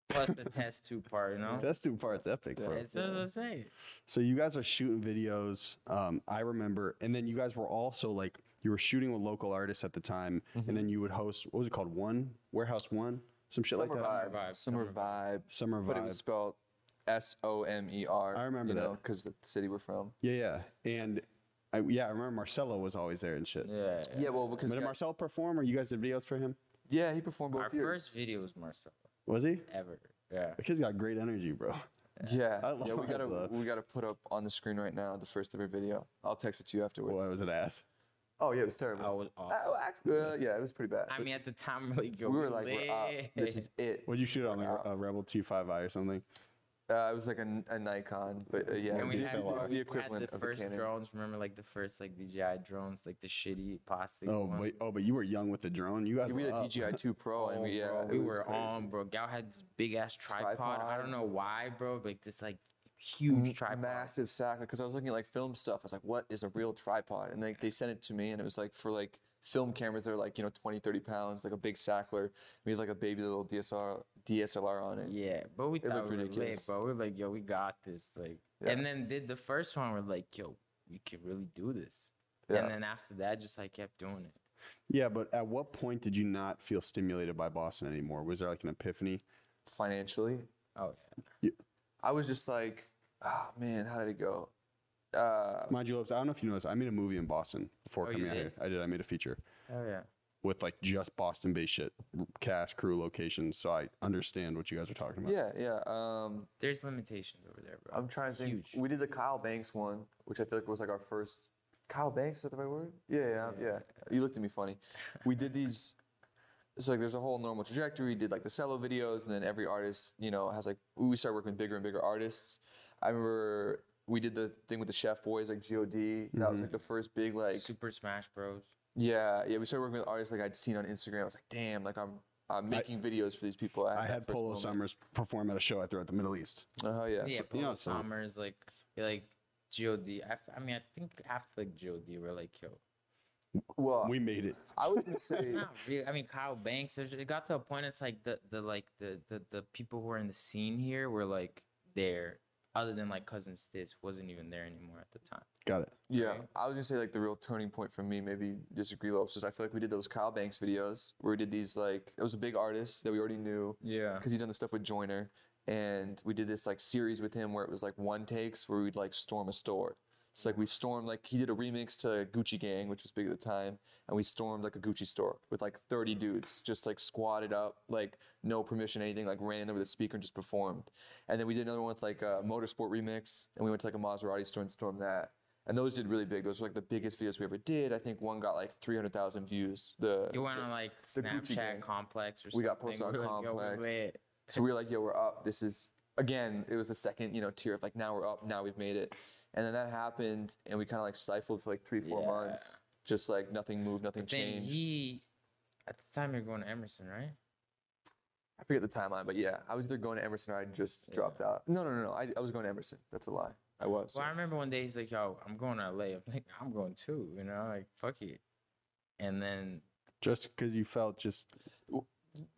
[SPEAKER 4] Plus the test two part, you know.
[SPEAKER 2] That's two parts epic, bro.
[SPEAKER 4] It's that's what I'm saying.
[SPEAKER 2] So you guys are shooting videos. Um, I remember, and then you guys were also like you were shooting with local artists at the time,
[SPEAKER 4] Mm-hmm.
[SPEAKER 2] and then you would host what was it called? One warehouse, one some shit like that.
[SPEAKER 4] Summer vibe,
[SPEAKER 5] Summer
[SPEAKER 4] summer
[SPEAKER 5] vibe.
[SPEAKER 2] Summer vibe.
[SPEAKER 5] But it was spelled S O M E R.
[SPEAKER 2] I remember that.
[SPEAKER 5] because the city we're from.
[SPEAKER 2] yeah, yeah, and I, yeah, I remember Marcelo was always there and shit.
[SPEAKER 4] Yeah.
[SPEAKER 5] Yeah, well, because
[SPEAKER 2] But did
[SPEAKER 5] yeah,
[SPEAKER 2] Marcelo perform, or you guys did videos for him?
[SPEAKER 5] yeah, he performed
[SPEAKER 4] Our
[SPEAKER 5] both years.
[SPEAKER 4] first video was Marcel
[SPEAKER 2] Was he?
[SPEAKER 4] ever. Yeah.
[SPEAKER 2] The kid's got great energy, bro.
[SPEAKER 5] Yeah,
[SPEAKER 2] I
[SPEAKER 5] yeah, we
[SPEAKER 2] love
[SPEAKER 5] gotta
[SPEAKER 2] that.
[SPEAKER 5] we gotta put up on the screen right now the first ever video. I'll text it to you afterwards.
[SPEAKER 2] Boy, I was an ass.
[SPEAKER 5] Oh yeah, it was terrible.
[SPEAKER 4] I was awful.
[SPEAKER 5] Oh, act- uh, yeah, it was pretty bad.
[SPEAKER 4] I mean, at the time, like yo,
[SPEAKER 5] we were like, we're out. This
[SPEAKER 4] lit.
[SPEAKER 5] is it.
[SPEAKER 2] What'd you shoot on like a Rebel T5i or something?
[SPEAKER 5] Uh, it was like a, N- a Nikon, but uh, yeah,
[SPEAKER 4] and we
[SPEAKER 5] the-
[SPEAKER 4] had,
[SPEAKER 5] the-
[SPEAKER 4] the,
[SPEAKER 5] the equivalent
[SPEAKER 4] the
[SPEAKER 5] of a
[SPEAKER 4] first
[SPEAKER 5] Canon.
[SPEAKER 4] drones. Remember, like the first like DJI drones, like the shitty plastic.
[SPEAKER 2] Oh,
[SPEAKER 4] ones?
[SPEAKER 2] but oh, but you were young with the drone. You guys
[SPEAKER 5] We
[SPEAKER 2] were
[SPEAKER 5] had a
[SPEAKER 2] up.
[SPEAKER 5] DJI 2 Pro, and
[SPEAKER 4] Oh,
[SPEAKER 5] we, yeah,
[SPEAKER 4] bro,
[SPEAKER 5] it
[SPEAKER 4] we
[SPEAKER 5] was
[SPEAKER 4] were
[SPEAKER 5] crazy.
[SPEAKER 4] on, bro. Gal had this big ass tripod. I
[SPEAKER 5] Tripod. Mm-hmm.
[SPEAKER 4] don't know why, bro. Like this, like huge tripod.
[SPEAKER 5] massive sack because I was looking at like film stuff. I was like, what is a real tripod? And like they sent it to me, and it was like for like film cameras, they're like you know 20, 30 pounds, like a big sackler. We had like a baby little DSLR DSLR on it.
[SPEAKER 4] Yeah, but we thought
[SPEAKER 5] looked
[SPEAKER 4] we were lit,
[SPEAKER 5] ridiculous.
[SPEAKER 4] bro. We were like, yo, we got this. Like,
[SPEAKER 5] Yeah.
[SPEAKER 4] and then did the first one. We're like, yo, we can really do this.
[SPEAKER 5] Yeah.
[SPEAKER 4] And then after that, just like kept doing it.
[SPEAKER 2] Yeah, but at what point did you not feel stimulated by Boston anymore? Was there like an epiphany?
[SPEAKER 5] Financially,
[SPEAKER 4] Oh yeah.
[SPEAKER 5] I was just like, oh man, how did it go? Uh,
[SPEAKER 2] Mind you, Lopes, I don't know if you know this. I made a movie in Boston before
[SPEAKER 4] Oh, you
[SPEAKER 2] coming out
[SPEAKER 4] did?
[SPEAKER 2] here. I did. I made a feature
[SPEAKER 4] Oh yeah.
[SPEAKER 2] with like just Boston based shit, r- cast, crew, location. So I understand what you guys are talking about.
[SPEAKER 5] yeah, yeah. Um,
[SPEAKER 4] There's limitations over there, bro.
[SPEAKER 5] I'm trying to think.
[SPEAKER 4] Huge.
[SPEAKER 5] We did the Kyle Banks one, which I feel like was like our first. Kyle Banks, is that the right word? Yeah, yeah, yeah. You looked at me funny. We did these. So like, there's a whole normal trajectory. Did like the solo videos, and then every artist, you know, has like we started working with bigger and bigger artists. I remember we did the thing with the Chef Boys, like God. That was like the first big like.
[SPEAKER 4] Super Smash Bros.
[SPEAKER 5] Yeah, yeah. We started working with artists like I'd seen on Instagram. I was like, damn, like I'm. I'm making videos for these people. at
[SPEAKER 2] I
[SPEAKER 5] that
[SPEAKER 2] had
[SPEAKER 5] first
[SPEAKER 2] Polo
[SPEAKER 5] moment.
[SPEAKER 2] Summers perform at a show I threw at the Middle East.
[SPEAKER 5] Oh yeah.
[SPEAKER 4] Yeah,
[SPEAKER 5] so-
[SPEAKER 4] Paul
[SPEAKER 2] know, so-
[SPEAKER 4] Summers, like like God. I, f- I mean, I think after like God, we're like, yo,
[SPEAKER 5] well,
[SPEAKER 2] We made it.
[SPEAKER 5] I was gonna say.
[SPEAKER 4] not really. I mean, Kyle Banks. there's- It got to a point. It's like the the like the the the people who are in the scene here were like there. Other than like cousin Stiz wasn't even there anymore at the time.
[SPEAKER 2] Got it.
[SPEAKER 5] Yeah, I was gonna say like the real turning point for me, maybe you disagree, Lopes, is I feel like we did those Kyle Banks videos where we did these like it was a big artist that we already knew
[SPEAKER 4] Yeah.
[SPEAKER 5] because he'd done the stuff with Joyner, and we did this like series with him where it was like one takes where we'd like storm a store. It's like we stormed like he did a remix to Gucci Gang, which was big at the time, and we stormed like a Gucci store with like 30 dudes, just like squatted up, like no permission, anything, like ran in there with a speaker and just performed. And then we did another one with like a motorsport remix, and we went to like a Maserati store and stormed that. And those did really big. Those were like the biggest videos we ever did. I think one got like 300,000 views. The
[SPEAKER 4] You went on like
[SPEAKER 5] the Gucci
[SPEAKER 4] Snapchat
[SPEAKER 5] gang.
[SPEAKER 4] Complex or something.
[SPEAKER 5] We got posted on
[SPEAKER 4] we were like, yo,
[SPEAKER 5] Complex.
[SPEAKER 4] wait.
[SPEAKER 5] So we were like, yo, we're up. This is again, it was the second, you know, tier of like now we're up, now we've made it. And then that happened and we kinda like stifled for like three, four
[SPEAKER 4] Yeah.
[SPEAKER 5] months. Just like nothing moved, nothing
[SPEAKER 4] But then
[SPEAKER 5] changed.
[SPEAKER 4] he, at the time you're going to Emerson, right?
[SPEAKER 5] I forget the timeline, but yeah, I was either going to Emerson or I just
[SPEAKER 4] Yeah.
[SPEAKER 5] dropped out. No, no, no, no. I, I was going to Emerson. That's a lie. I was.
[SPEAKER 4] Well, I remember one day he's like, "Yo, I'm going to LA." I'm like, "I'm going too," you know, like fuck it. And then
[SPEAKER 2] Just because you felt just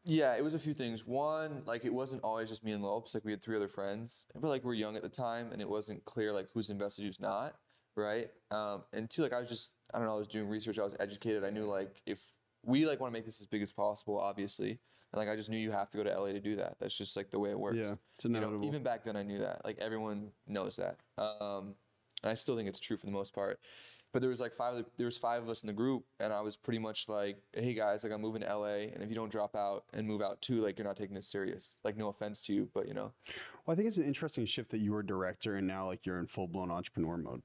[SPEAKER 5] Yeah, it was a few things. One, like it wasn't always just me and Lopes. Like we had three other friends, and we're like we're young at the time, and it wasn't clear like who's invested, who's not, right? Um, and two, like I was just I don't know, I was doing research, I was educated, I knew like if we like want to make this as big as possible, obviously, and like I just knew you have to go to LA to do that. That's just like the way it works.
[SPEAKER 2] yeah, it's
[SPEAKER 5] You know,
[SPEAKER 2] inevitable.
[SPEAKER 5] even back then, I knew that. Like everyone knows that, um, and I still think it's true for the most part. But there was like five. There was five of us in the group, and I was pretty much like, "Hey guys, like I'm moving to LA, and if you don't drop out and move out too, like you're not taking this serious. Like no offense to you, but you know,
[SPEAKER 2] well, I think it's an interesting shift that you were a director and now like you're in full blown entrepreneur mode.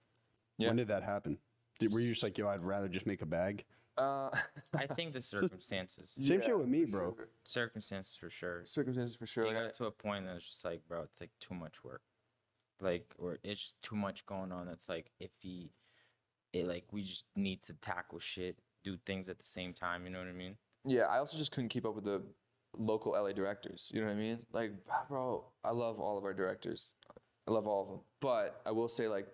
[SPEAKER 5] Yeah.
[SPEAKER 2] When did that happen? Did, were you just like, yo, I'd rather just make a bag?
[SPEAKER 5] uh,
[SPEAKER 4] I think the circumstances,
[SPEAKER 2] Same
[SPEAKER 5] yeah,
[SPEAKER 2] shit with me,
[SPEAKER 5] for
[SPEAKER 2] bro.
[SPEAKER 5] sure.
[SPEAKER 4] circumstances for sure.
[SPEAKER 5] Circumstances for sure.
[SPEAKER 4] You
[SPEAKER 5] Like, I-
[SPEAKER 4] got to a point that it's just like, bro, it's like too much work, like, or it's just too much going on. That's like, if he, it like we just need to tackle shit, do things at the same time. You know what I mean?
[SPEAKER 5] Yeah, I also just couldn't keep up with the local LA directors. You know what I mean? Like, bro, I love all of our directors. I love all of them. But I will say, like,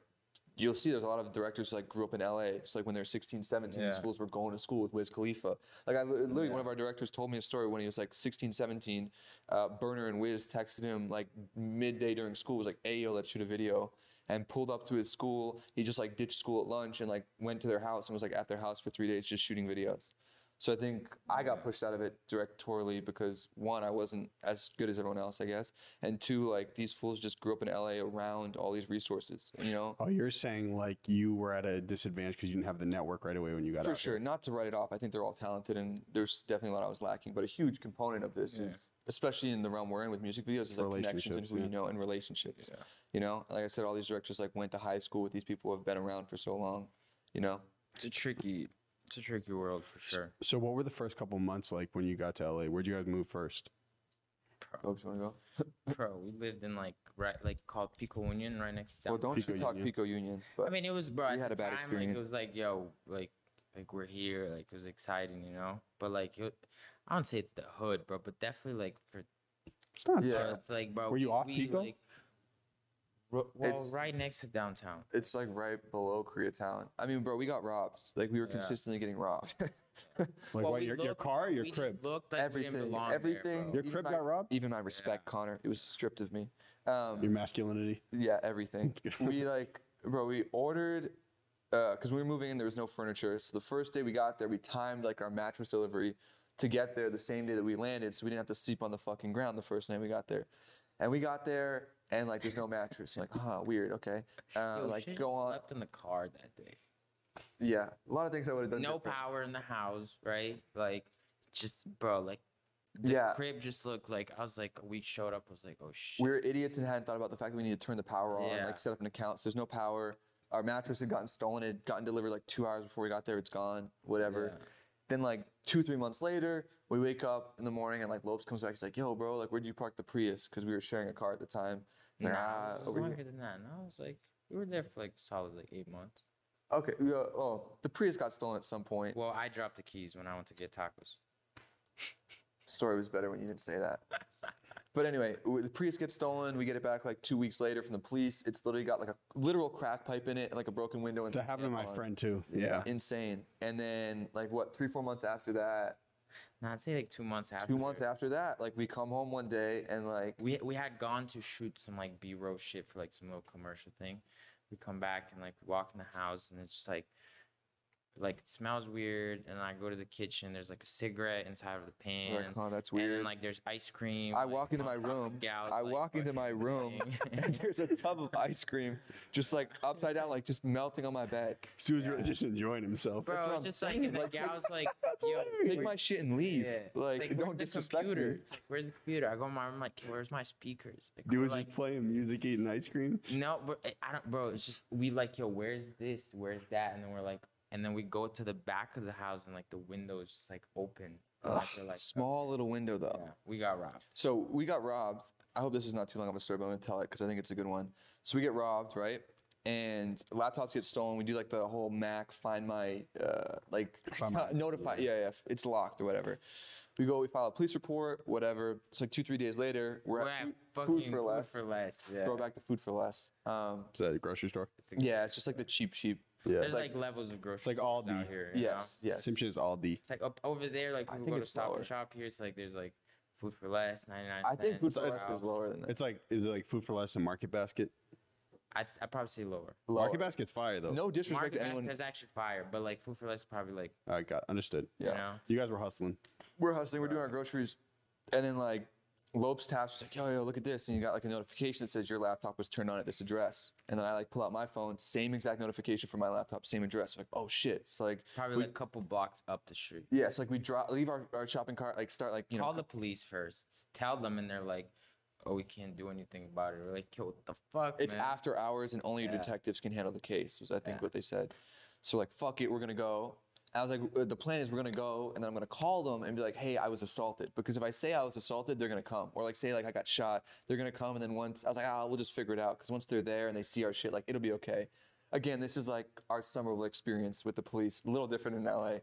[SPEAKER 5] you'll see there's a lot of directors who, like grew up in LA. It's like when they're 16, 17,
[SPEAKER 4] Yeah.
[SPEAKER 5] these schools were going to school with Wiz Khalifa. Like, I li- literally, one of our directors told me a story when he was like 16, 17. Uh, Burner and Wiz texted him like midday during school, was like, hey, yo, let's shoot a video. And pulled up to his school. He just like ditched school at lunch and like went to their house and was like at their house for three days just shooting videos. So I think I got pushed out of it directorially because one, I wasn't as good as everyone else, I guess, and two, like these fools just grew up in LA around all these resources, you know.
[SPEAKER 2] Oh, you're saying like you were at a disadvantage because you didn't have the network right away when you got
[SPEAKER 5] For
[SPEAKER 2] out
[SPEAKER 5] sure,
[SPEAKER 2] there.
[SPEAKER 5] not to write it off. I think they're all talented, and there's definitely a lot I was lacking. But a huge component of this is, especially in the realm we're in with music videos, is like connections and
[SPEAKER 2] Relationships,
[SPEAKER 5] who
[SPEAKER 2] yeah.
[SPEAKER 5] you know and relationships. You know, like I said, all these directors like went to high school with these people who have been around for so long. You know,
[SPEAKER 4] It's a tricky, it's a tricky world for sure.
[SPEAKER 2] So, what were the first couple months like when you got to LA? Where'd you guys move first?
[SPEAKER 4] Pro,
[SPEAKER 5] folks, you want to go?
[SPEAKER 4] pro. We lived in like right, like called Pico Union, right next to.
[SPEAKER 5] Well,
[SPEAKER 4] downtown.
[SPEAKER 5] don't
[SPEAKER 2] Pico
[SPEAKER 5] shit talk
[SPEAKER 2] Union.
[SPEAKER 5] Pico Union. But
[SPEAKER 4] I mean, it was bro.
[SPEAKER 5] we
[SPEAKER 4] at
[SPEAKER 5] had
[SPEAKER 4] the
[SPEAKER 5] a bad
[SPEAKER 4] time, Like,
[SPEAKER 5] experience.
[SPEAKER 4] it was like, yo, like, like we're here. Like, it was exciting, you know. But like, it, I don't say it's the hood, bro, but definitely like for
[SPEAKER 2] It's not.
[SPEAKER 5] Yeah.
[SPEAKER 4] it's like, bro.
[SPEAKER 2] Were you
[SPEAKER 4] we-
[SPEAKER 2] off
[SPEAKER 4] we,
[SPEAKER 2] Pico?
[SPEAKER 4] Like, ro- well,
[SPEAKER 5] It's-
[SPEAKER 4] right next to downtown.
[SPEAKER 5] It's like right below Koreatown. I mean, bro, we got robbed. Like we were
[SPEAKER 4] Yeah.
[SPEAKER 5] consistently getting robbed.
[SPEAKER 2] Like,
[SPEAKER 4] Well,
[SPEAKER 2] what,
[SPEAKER 4] we
[SPEAKER 2] your, your
[SPEAKER 4] looked-
[SPEAKER 2] car, or your
[SPEAKER 4] we just
[SPEAKER 2] crib?
[SPEAKER 4] Looked like everything. Didn't
[SPEAKER 5] everything,
[SPEAKER 4] belong There,
[SPEAKER 5] everything.
[SPEAKER 4] bro.
[SPEAKER 2] Your
[SPEAKER 5] even
[SPEAKER 2] crib
[SPEAKER 5] my-
[SPEAKER 2] got robbed?
[SPEAKER 5] Even my respect, Connor. It was stripped of me. Um,
[SPEAKER 2] Your masculinity?
[SPEAKER 5] yeah, everything. we like, bro, we ordered because we were moving in, there was no furniture. So the first day we got there, we timed like our mattress delivery to get there the same day that we landed, so we didn't have to sleep on the fucking ground the first night we got there. And we got there, and like, there's no mattress. like, huh, weird. Okay. Uh,
[SPEAKER 4] Yo, we
[SPEAKER 5] like,
[SPEAKER 4] should've
[SPEAKER 5] go on.
[SPEAKER 4] Slept in the car that day.
[SPEAKER 5] Yeah, a lot of things I would have done.
[SPEAKER 4] No
[SPEAKER 5] different.
[SPEAKER 4] power in the house, right? Like, just bro, like the
[SPEAKER 5] Yeah.
[SPEAKER 4] crib just looked like I was like we showed up. I was like, oh shit.
[SPEAKER 5] we were idiots and hadn't thought about the fact that we need to turn the power on,
[SPEAKER 4] Yeah.
[SPEAKER 5] like set up an account. So there's no power. Our mattress had gotten stolen. It had gotten delivered like two hours before we got there. It's gone. Whatever.
[SPEAKER 4] Yeah.
[SPEAKER 5] Then like two, three months later, we wake up in the morning and like Lopes comes back. He's like, "Yo, bro, like where'd you park the Prius? Because we were sharing a car at the time." He's like,
[SPEAKER 4] Nah,
[SPEAKER 5] "Ah,
[SPEAKER 4] it was
[SPEAKER 5] over
[SPEAKER 4] longer
[SPEAKER 5] here."
[SPEAKER 4] than that. And I was like, we were there for like solid like eight months.
[SPEAKER 5] Okay. Yeah, oh, the Prius got stolen at some point.
[SPEAKER 4] Well, I dropped the keys when I went to get tacos.
[SPEAKER 5] story was better when you didn't say that. But anyway, w- the Prius gets stolen. We get it back like two weeks later from the police. It's literally got like a literal crack pipe in it and like a broken window. And
[SPEAKER 2] That
[SPEAKER 5] some
[SPEAKER 2] happened to my
[SPEAKER 5] tampons.
[SPEAKER 2] friend too. Yeah.
[SPEAKER 5] insane. And then like what three four months after that,
[SPEAKER 4] Nah, I'd say like two months after.
[SPEAKER 5] two months after that, like we come home one day and like
[SPEAKER 4] We we had gone to shoot some like B roll shit for like some little commercial thing. We come back and like walk in the house and it's just like like it smells weird. And I go to the kitchen. There's like a cigarette inside of the pan.
[SPEAKER 5] Like, oh, that's
[SPEAKER 4] And
[SPEAKER 5] weird.
[SPEAKER 4] then, like there's ice cream.
[SPEAKER 5] I
[SPEAKER 4] like,
[SPEAKER 5] walk into
[SPEAKER 4] on
[SPEAKER 5] my
[SPEAKER 4] top of
[SPEAKER 5] room.
[SPEAKER 4] Gauze,
[SPEAKER 5] I
[SPEAKER 4] like,
[SPEAKER 5] walk into
[SPEAKER 4] pushing
[SPEAKER 5] my
[SPEAKER 4] the
[SPEAKER 5] room,
[SPEAKER 4] thing.
[SPEAKER 5] and there's a tub of ice cream, just like upside down, like just melting on my bed.
[SPEAKER 2] Stu was really just enjoying himself.
[SPEAKER 4] Bro,
[SPEAKER 5] what
[SPEAKER 4] it's
[SPEAKER 5] I'm
[SPEAKER 4] just like and the gal's like, yo,
[SPEAKER 5] Take
[SPEAKER 4] where-
[SPEAKER 5] my shit and leave.
[SPEAKER 4] yeah.
[SPEAKER 5] Like,
[SPEAKER 4] It's where's
[SPEAKER 5] don't
[SPEAKER 4] the
[SPEAKER 5] disrespect
[SPEAKER 4] computer?
[SPEAKER 5] me.
[SPEAKER 4] It's like, where's the computer? I go in my room, I'm like, where's my speakers? Like,
[SPEAKER 2] Dude
[SPEAKER 4] we're
[SPEAKER 2] was
[SPEAKER 4] like,
[SPEAKER 2] just playing music, eating ice cream.
[SPEAKER 4] no, bro, I- I don't, bro. It's just we like, yo, where's this? Where's that? And then we're like, and then we go to the back of the house and like the window is just like open. And, like, we're like,
[SPEAKER 5] Small little window though.
[SPEAKER 4] yeah, we got robbed.
[SPEAKER 5] So we got robbed. I hope this is not too long of a story, but I'm gonna tell it because I think it's a good one. So we get robbed, right? And laptops get stolen. We do like the whole Mac find my uh, like
[SPEAKER 2] Find
[SPEAKER 5] tell-
[SPEAKER 2] my-
[SPEAKER 5] notify. Yeah. yeah, f- it's locked or whatever. We go, we file a police report, whatever. It's like two, three days later. We're,
[SPEAKER 4] We're,
[SPEAKER 5] at,
[SPEAKER 4] at
[SPEAKER 5] food,
[SPEAKER 4] fucking
[SPEAKER 5] food for less.
[SPEAKER 4] Yeah.
[SPEAKER 5] Throw back the food for less. Um,
[SPEAKER 2] Is that a grocery store?
[SPEAKER 4] It's like-
[SPEAKER 5] yeah, it's just like the cheap, cheap.
[SPEAKER 2] Yeah.
[SPEAKER 4] There's
[SPEAKER 2] Like,
[SPEAKER 4] like, levels of grocery.
[SPEAKER 2] like
[SPEAKER 4] It's
[SPEAKER 2] Aldi.
[SPEAKER 4] here. you know?
[SPEAKER 5] Yes, yes.
[SPEAKER 2] Same shit as Aldi.
[SPEAKER 4] It's like up over there, like
[SPEAKER 5] I
[SPEAKER 4] people
[SPEAKER 5] think
[SPEAKER 4] go to
[SPEAKER 5] it's
[SPEAKER 4] Stop
[SPEAKER 5] lower.
[SPEAKER 4] and Shop here. It's like there's like food for less, ninety nine.
[SPEAKER 5] I think food for
[SPEAKER 2] It's-
[SPEAKER 5] less is lower than that.
[SPEAKER 2] It's like, is it like food for less and Market Basket?
[SPEAKER 4] I'd, s- I'd probably say lower.
[SPEAKER 5] Lower.
[SPEAKER 2] Market Basket's fire though.
[SPEAKER 5] No disrespect
[SPEAKER 4] Market
[SPEAKER 5] to
[SPEAKER 4] basket
[SPEAKER 5] anyone.
[SPEAKER 4] is actually fire, but like food for less is probably like
[SPEAKER 2] I got understood.
[SPEAKER 5] Yeah.
[SPEAKER 4] you know.
[SPEAKER 2] You guys were hustling.
[SPEAKER 5] we're hustling, we're doing our groceries, and then like Lopes taps, he's like, yo, yo, look at this. And you got like a notification that says your laptop was turned on at this address. And then I like pull out my phone, same exact notification for my laptop, same address. like, oh shit. It's like,
[SPEAKER 4] Probably
[SPEAKER 5] we-
[SPEAKER 4] like a couple blocks up the street.
[SPEAKER 5] yeah, it's like we drop, leave our, our shopping cart, like start like, you
[SPEAKER 4] Call
[SPEAKER 5] know,
[SPEAKER 4] the police first. Tell them, and they're like, "Oh, we can't do anything about it." We're like, "Yo, what the fuck?"
[SPEAKER 5] it's
[SPEAKER 4] man?"
[SPEAKER 5] after hours and only your
[SPEAKER 4] Yeah.
[SPEAKER 5] detectives can handle the case, was I think
[SPEAKER 4] Yeah.
[SPEAKER 5] what they said. So like, fuck it, we're gonna go. I was like, "Uh, the plan is we're gonna go, and then I'm gonna call them and be like, hey, I was assaulted. Because if I say I was assaulted, they're gonna come. Or like, say like I got shot, they're gonna come. And then once I was like, ah, we'll just figure it out. Because once they're there and they see our shit, like it'll be okay. Again, this is like our summer of experience with the police, a little different in LA.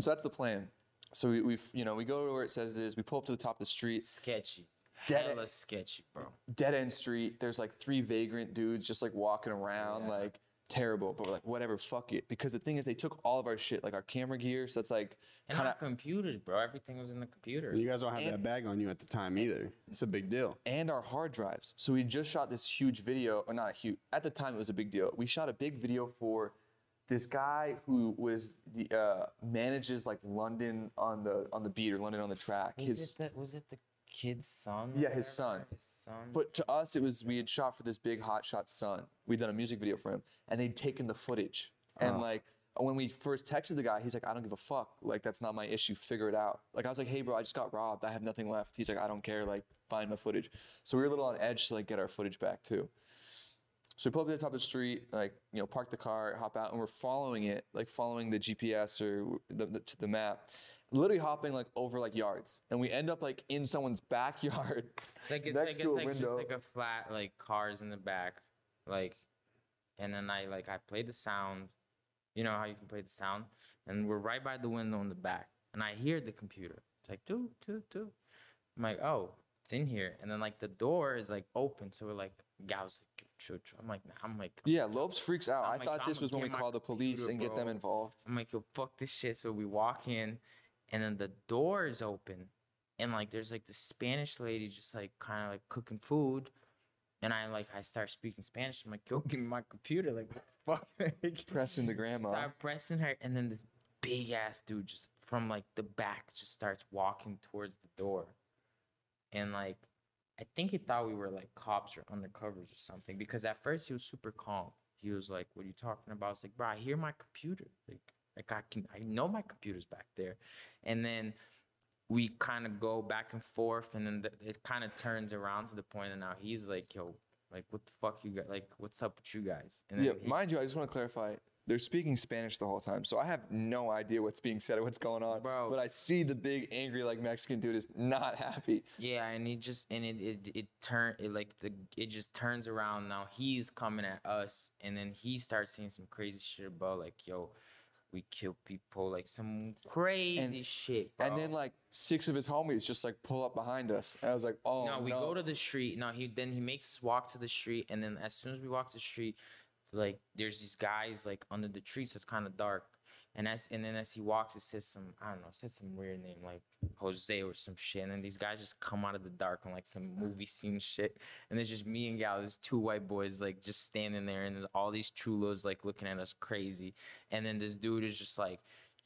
[SPEAKER 5] So that's the plan. So we, we've, you know, we go to where it says it is. We pull up to the top of the street
[SPEAKER 4] sketchy,
[SPEAKER 5] Dead
[SPEAKER 4] hella
[SPEAKER 5] end.
[SPEAKER 4] sketchy, bro.
[SPEAKER 5] dead end street. There's like three vagrant dudes just like walking around, like terrible. But we're like, whatever, fuck it. Because the thing is, they took all of our shit, like our camera gear. So that's like
[SPEAKER 4] And
[SPEAKER 5] kind
[SPEAKER 4] our
[SPEAKER 5] of.
[SPEAKER 4] computers, bro. Everything was in the computer.
[SPEAKER 2] And you guys don't have
[SPEAKER 5] And-
[SPEAKER 2] that bag on you at the time either. It's a big deal.
[SPEAKER 5] And our hard drives. So we just shot this huge video, or not a huge. At the time, it was a big deal. We shot a big video for this guy who was the uh, manages like London on the on the beat or London on the track.
[SPEAKER 4] was
[SPEAKER 5] His,
[SPEAKER 4] it the was it the kid's son? or
[SPEAKER 5] Yeah,
[SPEAKER 4] whatever?
[SPEAKER 5] his son.
[SPEAKER 4] His son.
[SPEAKER 5] But to us, it was we had shot for this big hotshot son. We'd done a music video for him, and they'd taken the footage. And like when we first texted the guy, he's like, "I don't give a fuck. Like that's not my issue. Figure it out." Like I was like, "Hey, bro, I just got robbed. I have nothing left." He's like, "I don't care. Like find my footage." So we were a little on edge to like get our footage back too. So we pull up to the top of the street, like you know, park the car, hop out, and we're following it, like following the GPS or the, the, to the map, literally hopping like over like yards, and we end up like in someone's backyard.
[SPEAKER 4] like it's
[SPEAKER 5] next
[SPEAKER 4] like,
[SPEAKER 5] to
[SPEAKER 4] it's
[SPEAKER 5] a
[SPEAKER 4] like
[SPEAKER 5] window.
[SPEAKER 4] just like a flat like cars in the back like and then i like i played the sound you know how you can play the sound and we're right by the window in the back and i hear the computer it's like doo doo doo i'm like oh it's in here and then like the door is like open so we're like gals like choo, choo. i'm like nah, i'm like
[SPEAKER 5] Yeah, Lopes freaks out.
[SPEAKER 4] I'm
[SPEAKER 5] i
[SPEAKER 4] like,
[SPEAKER 5] thought
[SPEAKER 4] "I'ma
[SPEAKER 5] this was when we
[SPEAKER 4] get my
[SPEAKER 5] call the police
[SPEAKER 4] computer,
[SPEAKER 5] and get them
[SPEAKER 4] bro."
[SPEAKER 5] involved.
[SPEAKER 4] I'm like, yo, fuck this shit. So we walk in, and then the door is open, and like there's like the Spanish lady just like kind of like cooking food, and I like I start speaking Spanish. I'm like, yo, give me my computer. Like, what the fuck. Like,
[SPEAKER 5] Pressing the grandma.
[SPEAKER 4] Start pressing her, and then this big ass dude just from like the back just starts walking towards the door, and like. I think he thought we were like cops or undercovers or something because at first he was super calm. He was like, "What are you talking about?" I was like, "Bro, I hear my computer. Like, like I can, I know my computer's back there." And then we kind of go back and forth, and then the, it kind of turns around to the point, and now he's like, "Yo, like what the fuck you got? Like what's up with you guys?" And then
[SPEAKER 5] Yeah,
[SPEAKER 4] he-
[SPEAKER 5] mind you, I just want to clarify. They're speaking Spanish the whole time, so I have no idea what's being said or what's going on.
[SPEAKER 4] Bro.
[SPEAKER 5] But I see the big angry like Mexican dude is not happy.
[SPEAKER 4] Yeah, and he just and it it it turn it like the it just turns around now. He's coming at us, and then he starts saying some crazy shit about like, yo, we kill people, like some crazy shit. Bro.
[SPEAKER 5] And then like six of his homies just like pull up behind us. And I was like, oh
[SPEAKER 4] no,
[SPEAKER 5] no.
[SPEAKER 4] we go to the street. No, he then he makes us walk to the street, and then as soon as we walk to the street, like there's these guys like under the tree, so it's kind of dark. And as and then as he walks, it says some I don't know, it said some weird name like Jose or some shit. And then these guys just come out of the dark on like some movie scene shit. And it's just me and Gal, there's two white boys like just standing there, and there's all these chulos like looking at us crazy. And then this dude is just like,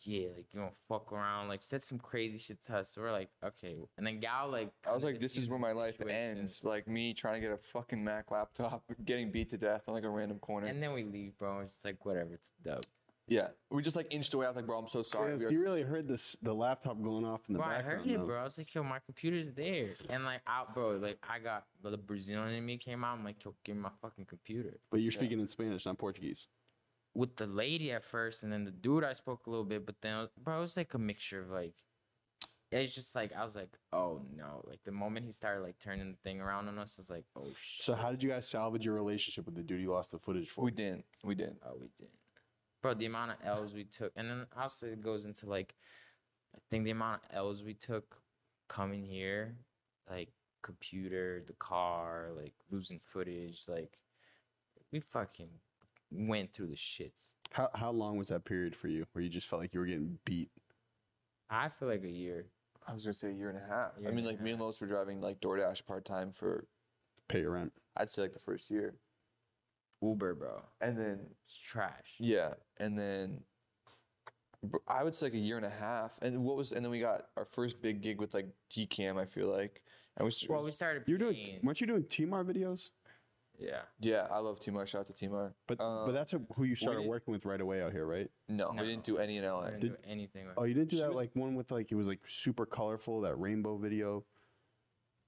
[SPEAKER 4] yeah, like you don't fuck around, like said some crazy shit to us. So we're like, okay. And then Gal like
[SPEAKER 5] I was
[SPEAKER 4] kinda
[SPEAKER 5] like, this is
[SPEAKER 4] diffused
[SPEAKER 5] where
[SPEAKER 4] the
[SPEAKER 5] my life
[SPEAKER 4] situation.
[SPEAKER 5] ends. Like me trying to get a fucking Mac laptop, getting beat to death on like a random corner.
[SPEAKER 4] And then we leave, bro. and It's just like whatever, it's dope.
[SPEAKER 5] yeah, we just like inched away. I was like, bro, I'm so sorry.
[SPEAKER 2] Yes,
[SPEAKER 5] We are-
[SPEAKER 2] you really heard this the laptop going off in the
[SPEAKER 4] Bro, I
[SPEAKER 2] background.
[SPEAKER 4] heard it,
[SPEAKER 2] though.
[SPEAKER 4] bro. I was like, yo, my computer's there. And like out, bro, like I got the Brazilian in me came out. I'm like, yo, give me my fucking computer.
[SPEAKER 2] But you're speaking in Spanish, not Portuguese.
[SPEAKER 4] With the lady at first, and then the dude I spoke a little bit, but then bro, it was like a mixture of like it's just like I was like, oh no. Like the moment he started like turning the thing around on us, I was like, oh shit.
[SPEAKER 2] So how did you guys salvage your relationship with the dude you lost the footage for?
[SPEAKER 5] we didn't. We didn't.
[SPEAKER 4] Oh, we did. Bro, the amount of L's we took, and then also it goes into like, I think the amount of L's we took coming here, like computer, the car, like losing footage, like we fucking went through the shits.
[SPEAKER 2] How how long was that period for you where you just felt like you were getting beat?
[SPEAKER 4] I feel like a year.
[SPEAKER 5] I was gonna say a year and a half.
[SPEAKER 4] Year
[SPEAKER 5] I mean,
[SPEAKER 4] and a
[SPEAKER 5] like me and
[SPEAKER 4] half.
[SPEAKER 5] Lopes were driving like DoorDash part time for
[SPEAKER 2] Pay your rent.
[SPEAKER 5] I'd say like the first year,
[SPEAKER 4] Uber, bro,
[SPEAKER 5] and then
[SPEAKER 4] it's trash.
[SPEAKER 5] yeah, and then br- I would say like a year and a half. And what was and then we got our first big gig with like DCAM. I feel like and we, st-
[SPEAKER 4] Well, we started.
[SPEAKER 2] You were doing
[SPEAKER 4] paying-
[SPEAKER 2] weren't you doing TMR videos?
[SPEAKER 4] yeah.
[SPEAKER 5] yeah, I love Timar. Shout out to Timar.
[SPEAKER 2] But but
[SPEAKER 5] Um,
[SPEAKER 2] that's a, who you started
[SPEAKER 5] did-
[SPEAKER 2] working with right away out here, right?
[SPEAKER 5] no, we didn't do any in LA.
[SPEAKER 4] I didn't do anything. With
[SPEAKER 2] Oh, you didn't do
[SPEAKER 5] She
[SPEAKER 2] that
[SPEAKER 5] was-
[SPEAKER 2] like one with like it was like super colorful that rainbow video.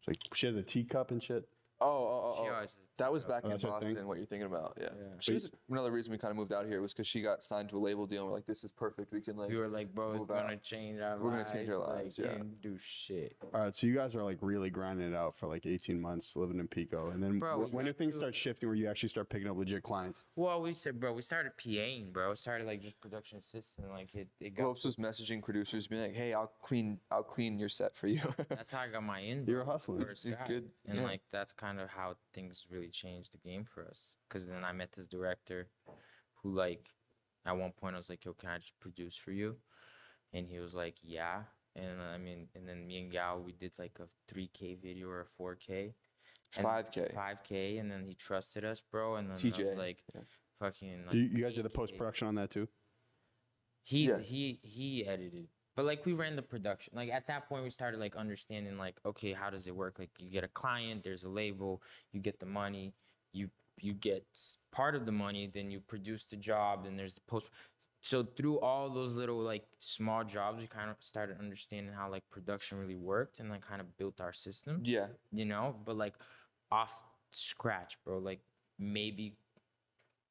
[SPEAKER 2] It's like she had the teacup and shit.
[SPEAKER 5] Oh, oh, oh,
[SPEAKER 4] She
[SPEAKER 5] oh.
[SPEAKER 4] always has
[SPEAKER 5] that was
[SPEAKER 4] TikTok.
[SPEAKER 5] back
[SPEAKER 2] Oh,
[SPEAKER 5] in
[SPEAKER 2] that's her thing?
[SPEAKER 5] Boston. What you're thinking about? Yeah.
[SPEAKER 4] Yeah.
[SPEAKER 5] She
[SPEAKER 2] But
[SPEAKER 5] was, another reason we kind of moved out here was because she got signed to a label deal. and We're like, this is perfect. We can like
[SPEAKER 4] We were like, bro, it's
[SPEAKER 5] move out.
[SPEAKER 4] gonna change our
[SPEAKER 5] We're gonna
[SPEAKER 4] lives.
[SPEAKER 5] change our lives,
[SPEAKER 4] Like,
[SPEAKER 5] yeah.
[SPEAKER 4] Didn't do shit.
[SPEAKER 2] All right, so you guys are like really grinding it out for like 18 months living in Pico, and then
[SPEAKER 4] Bro,
[SPEAKER 2] wh- when do
[SPEAKER 4] we
[SPEAKER 2] things
[SPEAKER 4] do-
[SPEAKER 2] start shifting where you actually start picking up legit clients?
[SPEAKER 4] Well, we said, bro, we started PAing, bro. We started like just production assistant, like it, it got.
[SPEAKER 5] Lopes was messaging producers, being like, "Hey, I'll clean, I'll clean your set for you."
[SPEAKER 4] that's how I got my in.
[SPEAKER 2] You're
[SPEAKER 4] bro,
[SPEAKER 2] hustling.
[SPEAKER 4] the first
[SPEAKER 5] It's
[SPEAKER 4] guy.
[SPEAKER 5] good,
[SPEAKER 4] and
[SPEAKER 5] yeah.
[SPEAKER 4] like that's kind of how things really changed the game for us. Because then I met this director, who like, at one point I was like, "Yo, can I just produce for you?" And he was like, "Yeah." And uh, I mean, and then me and Yao, we did like a 3K video or a 4K. and-
[SPEAKER 5] 5K.
[SPEAKER 4] 5K, and then he trusted us, bro. And then I
[SPEAKER 5] TJ,
[SPEAKER 4] was like,
[SPEAKER 5] yeah.
[SPEAKER 4] fucking. Like,
[SPEAKER 2] Do you, you guys did the
[SPEAKER 4] 8K.
[SPEAKER 2] post production on that too?
[SPEAKER 4] He
[SPEAKER 5] Yeah.
[SPEAKER 4] he he edited. But like we ran the production. Like at that point we started like understanding like okay, how does it work? Like you get a client, there's a label, you get the money, you you get s- part of the money, then you produce the job, then there's the post so through all those little like small jobs we kind of started understanding how like production really worked and like kind of built our system
[SPEAKER 5] yeah,
[SPEAKER 4] you know but like off scratch bro like maybe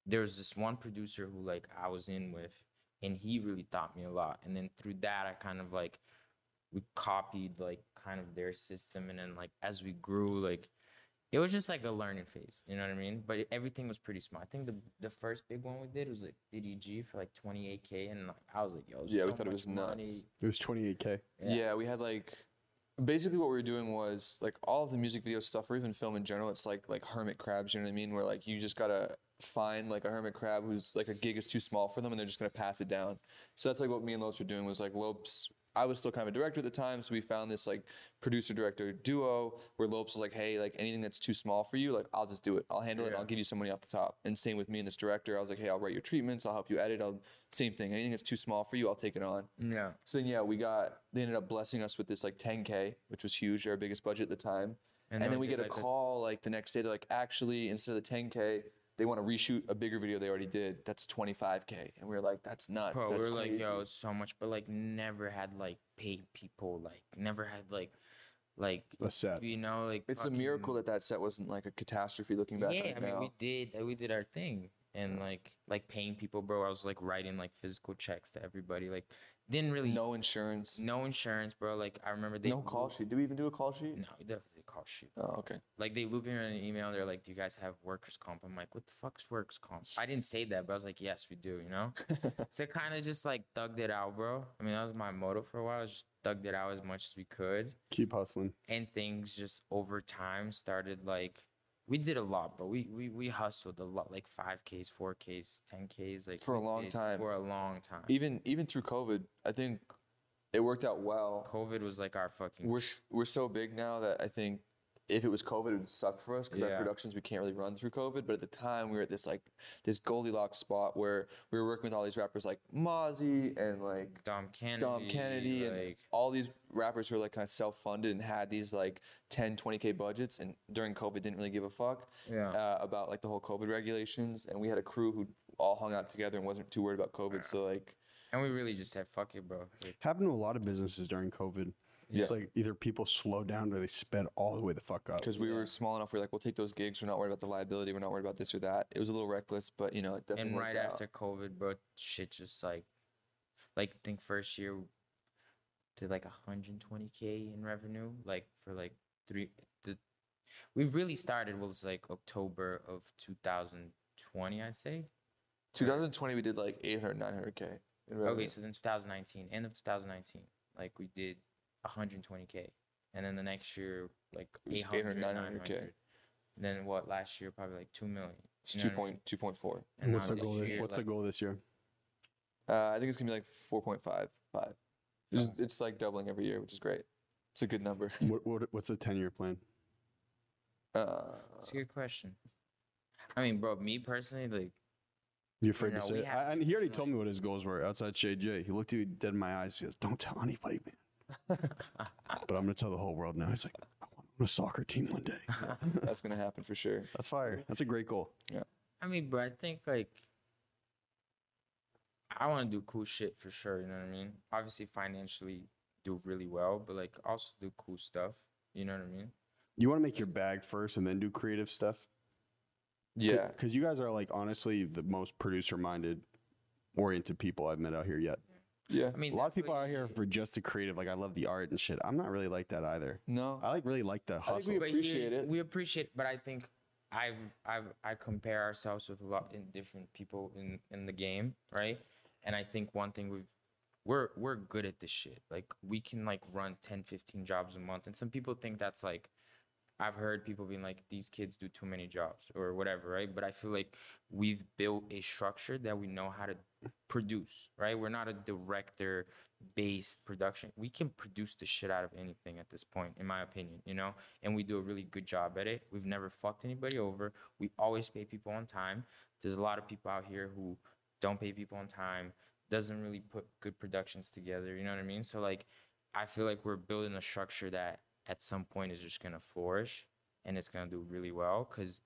[SPEAKER 4] there was this one producer who like i was in with and he really taught me a lot and then through that i kind of like we copied like kind of their system and then like as we grew like it was just like a learning phase you know what i mean but it- everything was pretty small i think the the first big one we did was like ddg for like 28k and like, i was like yo
[SPEAKER 5] Yeah, we
[SPEAKER 4] so
[SPEAKER 5] thought it
[SPEAKER 4] much
[SPEAKER 5] was
[SPEAKER 4] money.
[SPEAKER 5] nuts.
[SPEAKER 2] It was 28k.
[SPEAKER 5] yeah,
[SPEAKER 4] Yeah.
[SPEAKER 5] We had like, basically what we were doing was like all of the music video stuff, or even film in general. It's like like hermit crabs. You know what I mean? Where like you just gotta find like a hermit crab who's like a gig is too small for them, and they're just gonna pass it down. So that's like what me and Lopes were doing. Was like Lopes. I was still kind of a director at the time, so we found this like producer director duo where Lopes was like, "Hey, like anything that's too small for you, like I'll just do it. I'll handle it. I'll give you some money off the top." And same with me and this director. I was like, "Hey, I'll write your treatments. I'll help you edit. I'll same thing. Anything that's too small for you, I'll take it on."
[SPEAKER 4] yeah
[SPEAKER 5] So then, yeah, we got they ended up blessing us with this like 10k, which was huge, our biggest budget at the time. And, then
[SPEAKER 4] we
[SPEAKER 5] we
[SPEAKER 4] did,
[SPEAKER 5] get a
[SPEAKER 4] like,
[SPEAKER 5] call like the next day. They're like, actually, instead of the 10k, they want to reshoot a bigger video they already did. That's 25k, and we were like, that's nuts.
[SPEAKER 4] Bro, we
[SPEAKER 5] that's
[SPEAKER 4] were like, yo,
[SPEAKER 5] crazy."
[SPEAKER 4] it's so much, but like never had like paid people, like never had like, like
[SPEAKER 2] A set.
[SPEAKER 4] you know, like
[SPEAKER 5] it's a miracle
[SPEAKER 4] fucking-
[SPEAKER 5] that that set wasn't like a catastrophe. Looking back,
[SPEAKER 4] yeah,
[SPEAKER 5] on it
[SPEAKER 4] I mean,
[SPEAKER 5] now.
[SPEAKER 4] we did, uh, we did our thing, and like, like paying people, bro. I was like writing like physical checks to everybody, like didn't really no,
[SPEAKER 5] no insurance,
[SPEAKER 4] no insurance, bro. Like I remember they
[SPEAKER 5] no call
[SPEAKER 4] loop-
[SPEAKER 5] sheet. Do we even do a call sheet?
[SPEAKER 4] No, we definitely did call sheet.
[SPEAKER 5] Oh, okay.
[SPEAKER 4] Like they loop me in an email. They're like, "Do you guys have workers comp?" I'm like, "What the fuck's workers comp?" I didn't say that, but I was like, "Yes, we do." You know. so kind of just like thugged it out, bro. I mean, that was my motto for a while. was Just thugged it out as much as we could,
[SPEAKER 2] Keep hustling.
[SPEAKER 4] and things just over time started like we did a lot, but we we we hustled a lot, like five Ks, four Ks, ten Ks, like
[SPEAKER 5] For a
[SPEAKER 4] we
[SPEAKER 5] long
[SPEAKER 4] did
[SPEAKER 5] time.
[SPEAKER 4] For a long time.
[SPEAKER 5] Even even through COVID, I think it worked out well.
[SPEAKER 4] COVID was like our fucking.
[SPEAKER 5] We're s- we're so big now that I think if it was COVID, it would suck for us because
[SPEAKER 4] Yeah.
[SPEAKER 5] our productions we can't really run through COVID. But at the time, we were at this like this Goldilocks spot where we were working with all these rappers like Mozzie and like
[SPEAKER 4] Dom Kennedy.
[SPEAKER 5] Dom Kennedy and
[SPEAKER 4] like,
[SPEAKER 5] all these rappers who are like kind of self-funded and had these like 10, 20k budgets and during COVID didn't really give a fuck
[SPEAKER 4] Yeah.
[SPEAKER 5] uh, about like the whole COVID regulations. And we had a crew who all hung out together and wasn't too worried about COVID. So like,
[SPEAKER 4] and we really just said fuck it, bro. Like,
[SPEAKER 2] Happened to a lot of businesses during COVID. It's like either people slowed down or they sped all the way the fuck
[SPEAKER 4] Oh,
[SPEAKER 2] up.
[SPEAKER 5] because we were small enough, we are like, we'll take those gigs. We're not worried about the liability. We're not worried about this or that. It was a little reckless, but you know, it definitely
[SPEAKER 4] and
[SPEAKER 5] worked
[SPEAKER 4] right
[SPEAKER 5] out.
[SPEAKER 4] after COVID, bro, shit just like, like I think first year, did like 120k in revenue, like for like three. The, we really started was like October of 2020, I'd say.
[SPEAKER 5] 2020, we did like 800, 900k. in revenue.
[SPEAKER 4] Okay, so then 2019, end of 2019, like we did 120k, and then the next year like
[SPEAKER 5] It was
[SPEAKER 4] 800,
[SPEAKER 5] 800,
[SPEAKER 4] 900
[SPEAKER 5] 900K.
[SPEAKER 4] And then what last year probably like two million.
[SPEAKER 5] It's
[SPEAKER 4] you know what I mean?
[SPEAKER 5] 2.2.4.
[SPEAKER 4] And
[SPEAKER 2] what's the
[SPEAKER 4] now this
[SPEAKER 2] goal?
[SPEAKER 4] year,
[SPEAKER 2] what's the
[SPEAKER 4] like-
[SPEAKER 2] goal this year?
[SPEAKER 5] Uh, I think it's gonna be like 4.5, five. It's, it's like doubling every year, which is great. It's a good number.
[SPEAKER 2] What, what what's the ten year plan?
[SPEAKER 5] Uh,
[SPEAKER 4] It's a good question. I mean, bro, me personally, like
[SPEAKER 2] You afraid
[SPEAKER 4] no,
[SPEAKER 2] to
[SPEAKER 4] we
[SPEAKER 2] say? it?
[SPEAKER 4] have
[SPEAKER 2] I, and he already told me what his goals were outside Shay J. He looked at me dead in my eyes. He goes, "Don't tell anybody, man." But I'm gonna tell the whole world now. He's like, "I want to own a soccer team one day."
[SPEAKER 5] that's gonna happen for sure.
[SPEAKER 2] That's fire. That's a great goal.
[SPEAKER 4] I mean, bro, I think like I want to do cool shit for sure. You know what I mean? Obviously, financially do really well, but like also do cool stuff. You know what I mean?
[SPEAKER 2] You want to make your bag first and then do creative stuff.
[SPEAKER 5] Yeah,
[SPEAKER 2] because you guys are like honestly the most producer minded, oriented people I've met out here yet.
[SPEAKER 5] yeah.
[SPEAKER 4] I mean,
[SPEAKER 2] a lot of
[SPEAKER 4] that's
[SPEAKER 2] people
[SPEAKER 4] what
[SPEAKER 2] out here
[SPEAKER 4] you-
[SPEAKER 2] for just the creative. Like I love the art and shit. I'm not really like that either.
[SPEAKER 5] No,
[SPEAKER 2] I like really like the
[SPEAKER 5] think
[SPEAKER 2] hustle.
[SPEAKER 5] we-
[SPEAKER 4] but
[SPEAKER 5] appreciate
[SPEAKER 4] here's-
[SPEAKER 5] it.
[SPEAKER 4] We appreciate, but I think I've I've I compare ourselves with a lot in different people in in the game, right? And I think one thing we've we're we're good at this shit. Like we can like run 10, 15 jobs a month, and some people think that's like. I've heard people being like, these kids do too many jobs or whatever, right? But I feel like we've built a structure that we know how to produce, right? We're not a director based production. We can produce the shit out of anything at this point, in my opinion, you know? And we do a really good job at it. We've never fucked anybody over. We always pay people on time. There's a lot of people out here who don't pay people on time, doesn't really put good productions together, you know what I mean? So, like, I feel like we're building a structure that at some point is just gonna flourish and it's gonna do really well because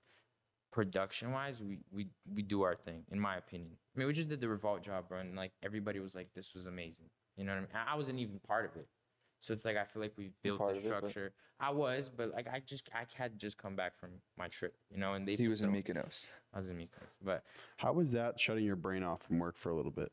[SPEAKER 4] production wise, we, we we do our thing, in my opinion. I mean, we just did the revolt job, bro, and like everybody was like, "This was amazing." You know what I mean? I- I wasn't even part of it, so it's like I feel like we've built
[SPEAKER 5] part
[SPEAKER 4] the
[SPEAKER 5] of it, but-
[SPEAKER 4] structure. I was, but like I just I had just come back from my trip, you know, and they
[SPEAKER 5] he was in
[SPEAKER 4] fulfilled-
[SPEAKER 5] Mykonos.
[SPEAKER 4] I was in Mykonos, but
[SPEAKER 2] How was that shutting your brain off from work for a little bit?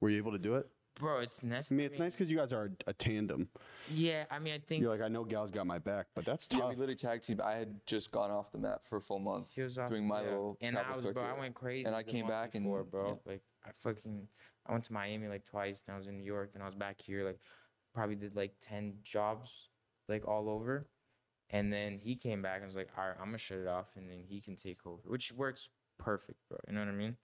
[SPEAKER 2] Were you able to do it?
[SPEAKER 4] bro, it's
[SPEAKER 2] I
[SPEAKER 4] necessary.
[SPEAKER 2] mean, it's nice because you guys are a tandem.
[SPEAKER 4] Yeah, I mean, I think
[SPEAKER 2] You're like, I know Gal's got my back, but that's
[SPEAKER 5] Yeah,
[SPEAKER 2] tough.
[SPEAKER 5] we literally tag team. I had just gone off the map for a full month,
[SPEAKER 4] He was off-
[SPEAKER 5] doing my
[SPEAKER 4] yeah.
[SPEAKER 5] little
[SPEAKER 4] and I
[SPEAKER 5] travel
[SPEAKER 4] was bro, I
[SPEAKER 5] circuit.
[SPEAKER 4] went crazy.
[SPEAKER 5] I
[SPEAKER 4] the
[SPEAKER 5] came
[SPEAKER 4] month
[SPEAKER 5] back and-
[SPEAKER 4] before, bro,
[SPEAKER 5] yeah.
[SPEAKER 4] like I fucking I went to Miami like twice. Then I was in New York. Then I was back here. Like probably did like ten jobs, like all over. And then he came back and was like, "All right, I'm gonna shut it off, and then he can take over," which works perfect, bro. You know what I mean?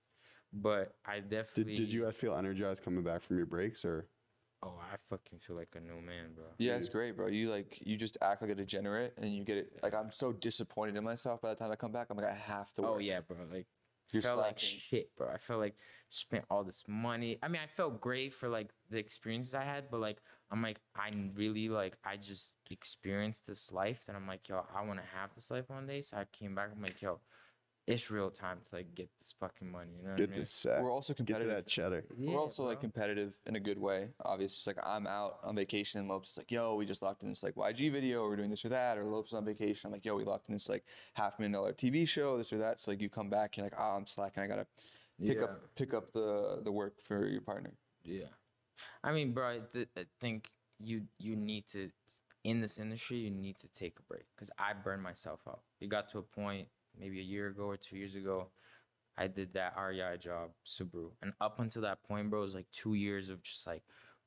[SPEAKER 4] But I definitely
[SPEAKER 2] Did, did you guys feel energized coming back from your breaks or?
[SPEAKER 4] Oh, I fucking feel like a new man, bro.
[SPEAKER 5] Yeah, it's great, bro. You like you just act like a degenerate, and you get it. Like I'm so disappointed in myself. By the time I come back, I'm like I have to. Work.
[SPEAKER 4] Oh yeah, bro. Like
[SPEAKER 5] You're
[SPEAKER 4] felt like
[SPEAKER 5] slacking.
[SPEAKER 4] shit, bro. I felt like spent all this money. I mean, I felt great for like the experiences I had, but like I'm like I n- really like I just experienced this life, and I'm like, yo, I want to have this life one day. So I came back. I'm like, yo, it's real time to like get this fucking money. You know what I
[SPEAKER 2] Get
[SPEAKER 4] mean?
[SPEAKER 2] this sack.
[SPEAKER 5] We're also
[SPEAKER 2] Get to
[SPEAKER 5] competitive.
[SPEAKER 2] that cheddar.
[SPEAKER 4] Yeah,
[SPEAKER 5] We're also like
[SPEAKER 4] bro.
[SPEAKER 5] competitive in a good way. Obviously, it's like I'm out on vacation and Lopes is like, yo, we just locked in this like YG video, we're doing this or that, or Lopes is on vacation. I'm like, yo, we locked in this like half million dollar TV show, this or that. So like you come back, you're like, oh, I'm slacking. I gotta pick up pick up the the work for your partner.
[SPEAKER 4] Yeah, I mean, bro, I, th- I think you you need to in this industry you need to take a break because I burned myself out. It got to a point maybe a year ago or two years ago. I did that REI job, Subaru, and up until that point, bro, it was like two years of just like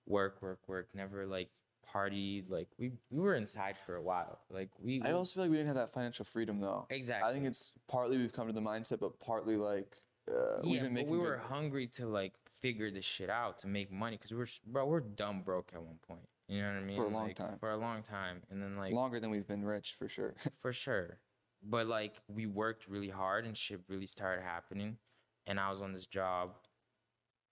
[SPEAKER 4] work, work, work. Never like partied. Like we we were inside for a while. Like we.
[SPEAKER 5] I
[SPEAKER 4] we-
[SPEAKER 5] also feel like we didn't have that financial freedom though. I
[SPEAKER 4] Exactly.
[SPEAKER 5] think it's partly we've come to the mindset, but partly like uh, we've
[SPEAKER 4] yeah,
[SPEAKER 5] been
[SPEAKER 4] but
[SPEAKER 5] making.
[SPEAKER 4] we
[SPEAKER 5] good-
[SPEAKER 4] were hungry to like figure this shit out to make money because we're s- bro, we're dumb broke at one point. You know what I mean?
[SPEAKER 5] a long
[SPEAKER 4] Like,
[SPEAKER 5] time.
[SPEAKER 4] For a long time, and then like
[SPEAKER 5] longer than we've been rich for sure.
[SPEAKER 4] for sure. But like we worked really hard and shit really started happening. And I was on this job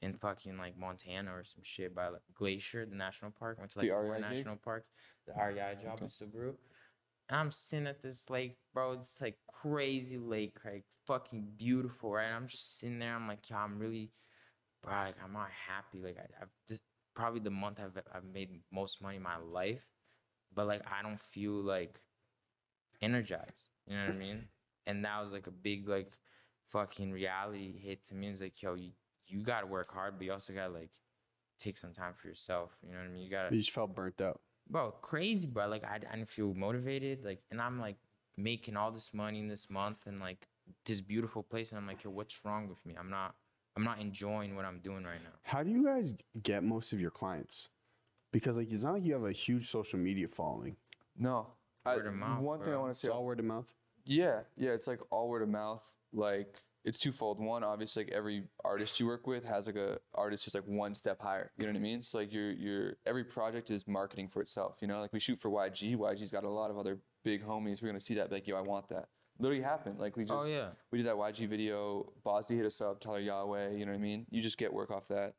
[SPEAKER 4] in fucking like Montana or some shit by like Glacier, the national park. Went to
[SPEAKER 5] The E
[SPEAKER 4] like four
[SPEAKER 5] REI gig?
[SPEAKER 4] national parks, the REI job
[SPEAKER 5] Oh, Okay.
[SPEAKER 4] with Subaru. And I'm sitting at this lake, bro. It's like crazy lake, like fucking beautiful, right? I'm just sitting there. I'm like, yeah, I'm really, bro, like, I'm not happy. Like, I, I've just probably the month I've, I've made most money in my life, but like, I don't feel like energized. You know what I mean? And that was like a big like fucking reality hit to me. It's like, yo, you, you gotta work hard, but you also gotta like take some time for yourself. You know what I mean? You gotta
[SPEAKER 2] You just felt burnt out.
[SPEAKER 4] bro, crazy, bro. Like I, I didn't feel motivated. Like, and I'm like making all this money in this month and like this beautiful place, and I'm like, yo, what's wrong with me? I'm not, I'm not enjoying what I'm doing right now.
[SPEAKER 2] How do you guys get most of your clients? Because like it's not like you have a huge social media following.
[SPEAKER 5] no. I,
[SPEAKER 4] Word of mouth,
[SPEAKER 5] one thing I
[SPEAKER 4] bro.
[SPEAKER 5] want to
[SPEAKER 2] It's
[SPEAKER 5] say.
[SPEAKER 2] all word of mouth.
[SPEAKER 5] Yeah, yeah, it's like all word of mouth. Like it's twofold. One, obviously, like every artist you work with has like a artist who's like one step higher. You know what I mean? So like your your every project is marketing for itself. You know, like we shoot for YG. YG's got a lot of other big homies. We're gonna see that. Be like, yo, I want that. Literally happened. Like we just
[SPEAKER 4] oh yeah,
[SPEAKER 5] we did that YG video. Bozzy hit us up. Tyler Yahweh. You know what I mean? You just get work off that.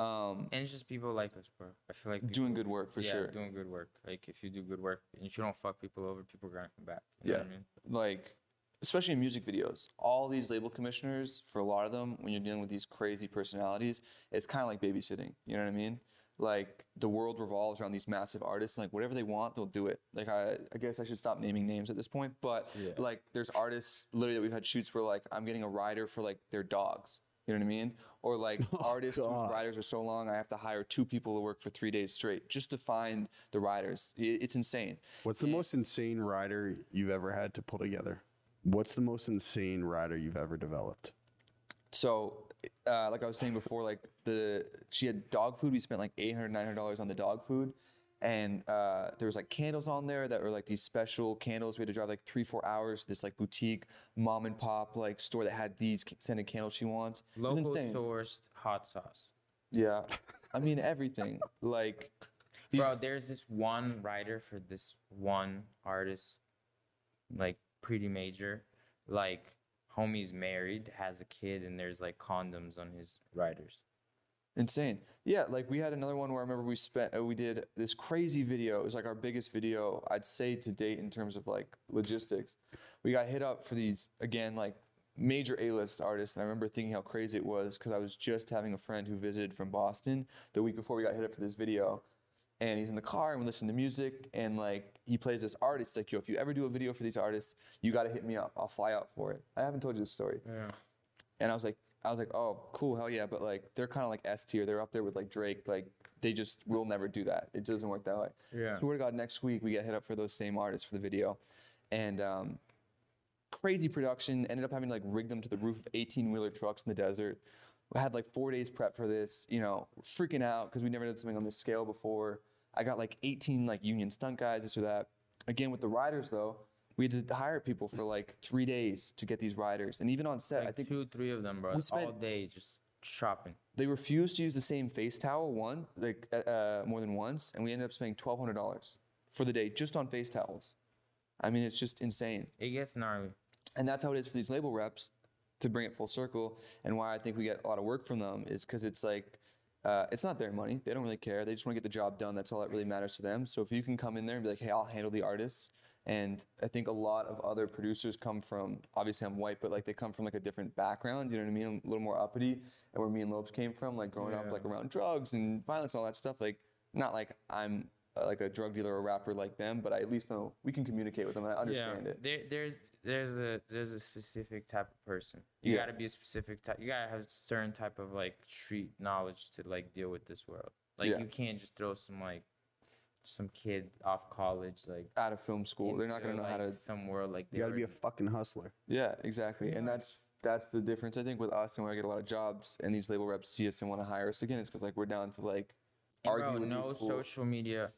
[SPEAKER 5] Um,
[SPEAKER 4] and it's just people like us, bro. I feel like
[SPEAKER 5] doing
[SPEAKER 4] people-
[SPEAKER 5] good work for
[SPEAKER 4] yeah,
[SPEAKER 5] sure.
[SPEAKER 4] Doing good work. Like if you do good work and if you don't fuck people over, people are gonna come back. You know what I
[SPEAKER 5] Yeah.
[SPEAKER 4] mean?
[SPEAKER 5] like especially in music videos all these label commissioners for a lot of them when you're dealing with these crazy personalities it's kind of like babysitting you know what i mean like the world revolves around these massive artists and like whatever they want they'll do it like i, I guess i should stop naming names at this point but
[SPEAKER 4] Yeah.
[SPEAKER 5] like there's artists literally that we've had shoots where like i'm getting a rider for like their dogs you know what i mean or like artists whose
[SPEAKER 2] God.
[SPEAKER 5] riders are so long i have to hire two people to work for three days straight just to find the riders I- it's insane
[SPEAKER 2] What's the most insane rider you've ever had to pull together? What's the most insane rider you've ever developed?
[SPEAKER 5] So, uh, like I was saying before, like the she had dog food. We spent like 800 dollars on the dog food, and uh, there was like candles on there that were like these special candles. We had to drive like three, four hours to this like boutique mom and pop like store that had these ca- scented candles she wants. It was
[SPEAKER 4] Local
[SPEAKER 5] insane.
[SPEAKER 4] sourced hot sauce.
[SPEAKER 5] Yeah, I mean everything. like These-
[SPEAKER 4] Bro, there's this one writer for this one artist, like pretty major. Like, homie's married, has a kid, and there's like condoms on his riders.
[SPEAKER 5] Insane. Yeah, like we had another one where I remember we spent uh, we did this crazy video. It was like our biggest video I'd say to date in terms of like logistics. We got hit up for these again like major A-list artists and I remember thinking how crazy it was cuz I was just having a friend who visited from Boston the week before we got hit up for this video and he's in the car and we listen to music and like he plays this artist like yo if you ever do a video for these artists you got to hit me up. I'll fly out for it. I haven't told you this story.
[SPEAKER 4] Yeah.
[SPEAKER 5] And I was like, I was like, oh, cool, hell yeah. But like, they're kind of like S tier. They're up there with like Drake. Like, they just will never do that. It doesn't work that way.
[SPEAKER 4] Yeah.
[SPEAKER 5] Swear to God, next week we get hit up for those same artists for the video, and um, crazy production. Ended up having to like rig them to the roof of 18 wheeler trucks in the desert. I had like four days prep for this. You know, freaking out because we never did something on this scale before. I got like 18 like union stunt guys, this or that. Again with the riders though, we had to hire people for like three days to get these riders, and even on set, I
[SPEAKER 4] Like
[SPEAKER 5] think
[SPEAKER 4] two, three of them, bro. all
[SPEAKER 5] spent-
[SPEAKER 4] day just shopping.
[SPEAKER 5] they refused to use the same face towel one like uh, uh, more than once and we ended up spending $1200 for the day just on face towels i mean it's just insane
[SPEAKER 4] It gets gnarly.
[SPEAKER 5] and that's how it is for these label reps to bring it full circle and why i think we get a lot of work from them is because it's like uh, it's not their money they don't really care they just want to get the job done that's all that really matters to them so if you can come in there and be like hey i'll handle the artists and i think a lot of other producers come from obviously i'm white but like they come from like a different background you know what i mean a little more uppity and where me and lopes came from like growing up
[SPEAKER 4] Yeah.
[SPEAKER 5] like around drugs and violence and all that stuff like not like i'm uh, like a drug dealer or rapper like them but i at least know we can communicate with them and i understand
[SPEAKER 4] yeah.
[SPEAKER 5] it
[SPEAKER 4] There, there's there's a there's a specific type of person. You
[SPEAKER 5] Yeah.
[SPEAKER 4] gotta be a specific type. You gotta have certain type of like street knowledge to like deal with this world. Like
[SPEAKER 5] Yeah.
[SPEAKER 4] you can't just throw some like some kid off college like
[SPEAKER 5] out of film school. They're not
[SPEAKER 4] into,
[SPEAKER 5] going to know how
[SPEAKER 4] like,
[SPEAKER 5] to.
[SPEAKER 4] some world like
[SPEAKER 2] You got to be a
[SPEAKER 4] already-
[SPEAKER 2] fucking hustler.
[SPEAKER 5] Yeah, exactly. And that's that's the difference I think with us and where I get a lot of jobs and these label reps see us and want to hire us again. It's because like we're down to like
[SPEAKER 4] And
[SPEAKER 5] argue
[SPEAKER 4] bro,
[SPEAKER 5] with
[SPEAKER 4] no
[SPEAKER 5] these fools.
[SPEAKER 4] social media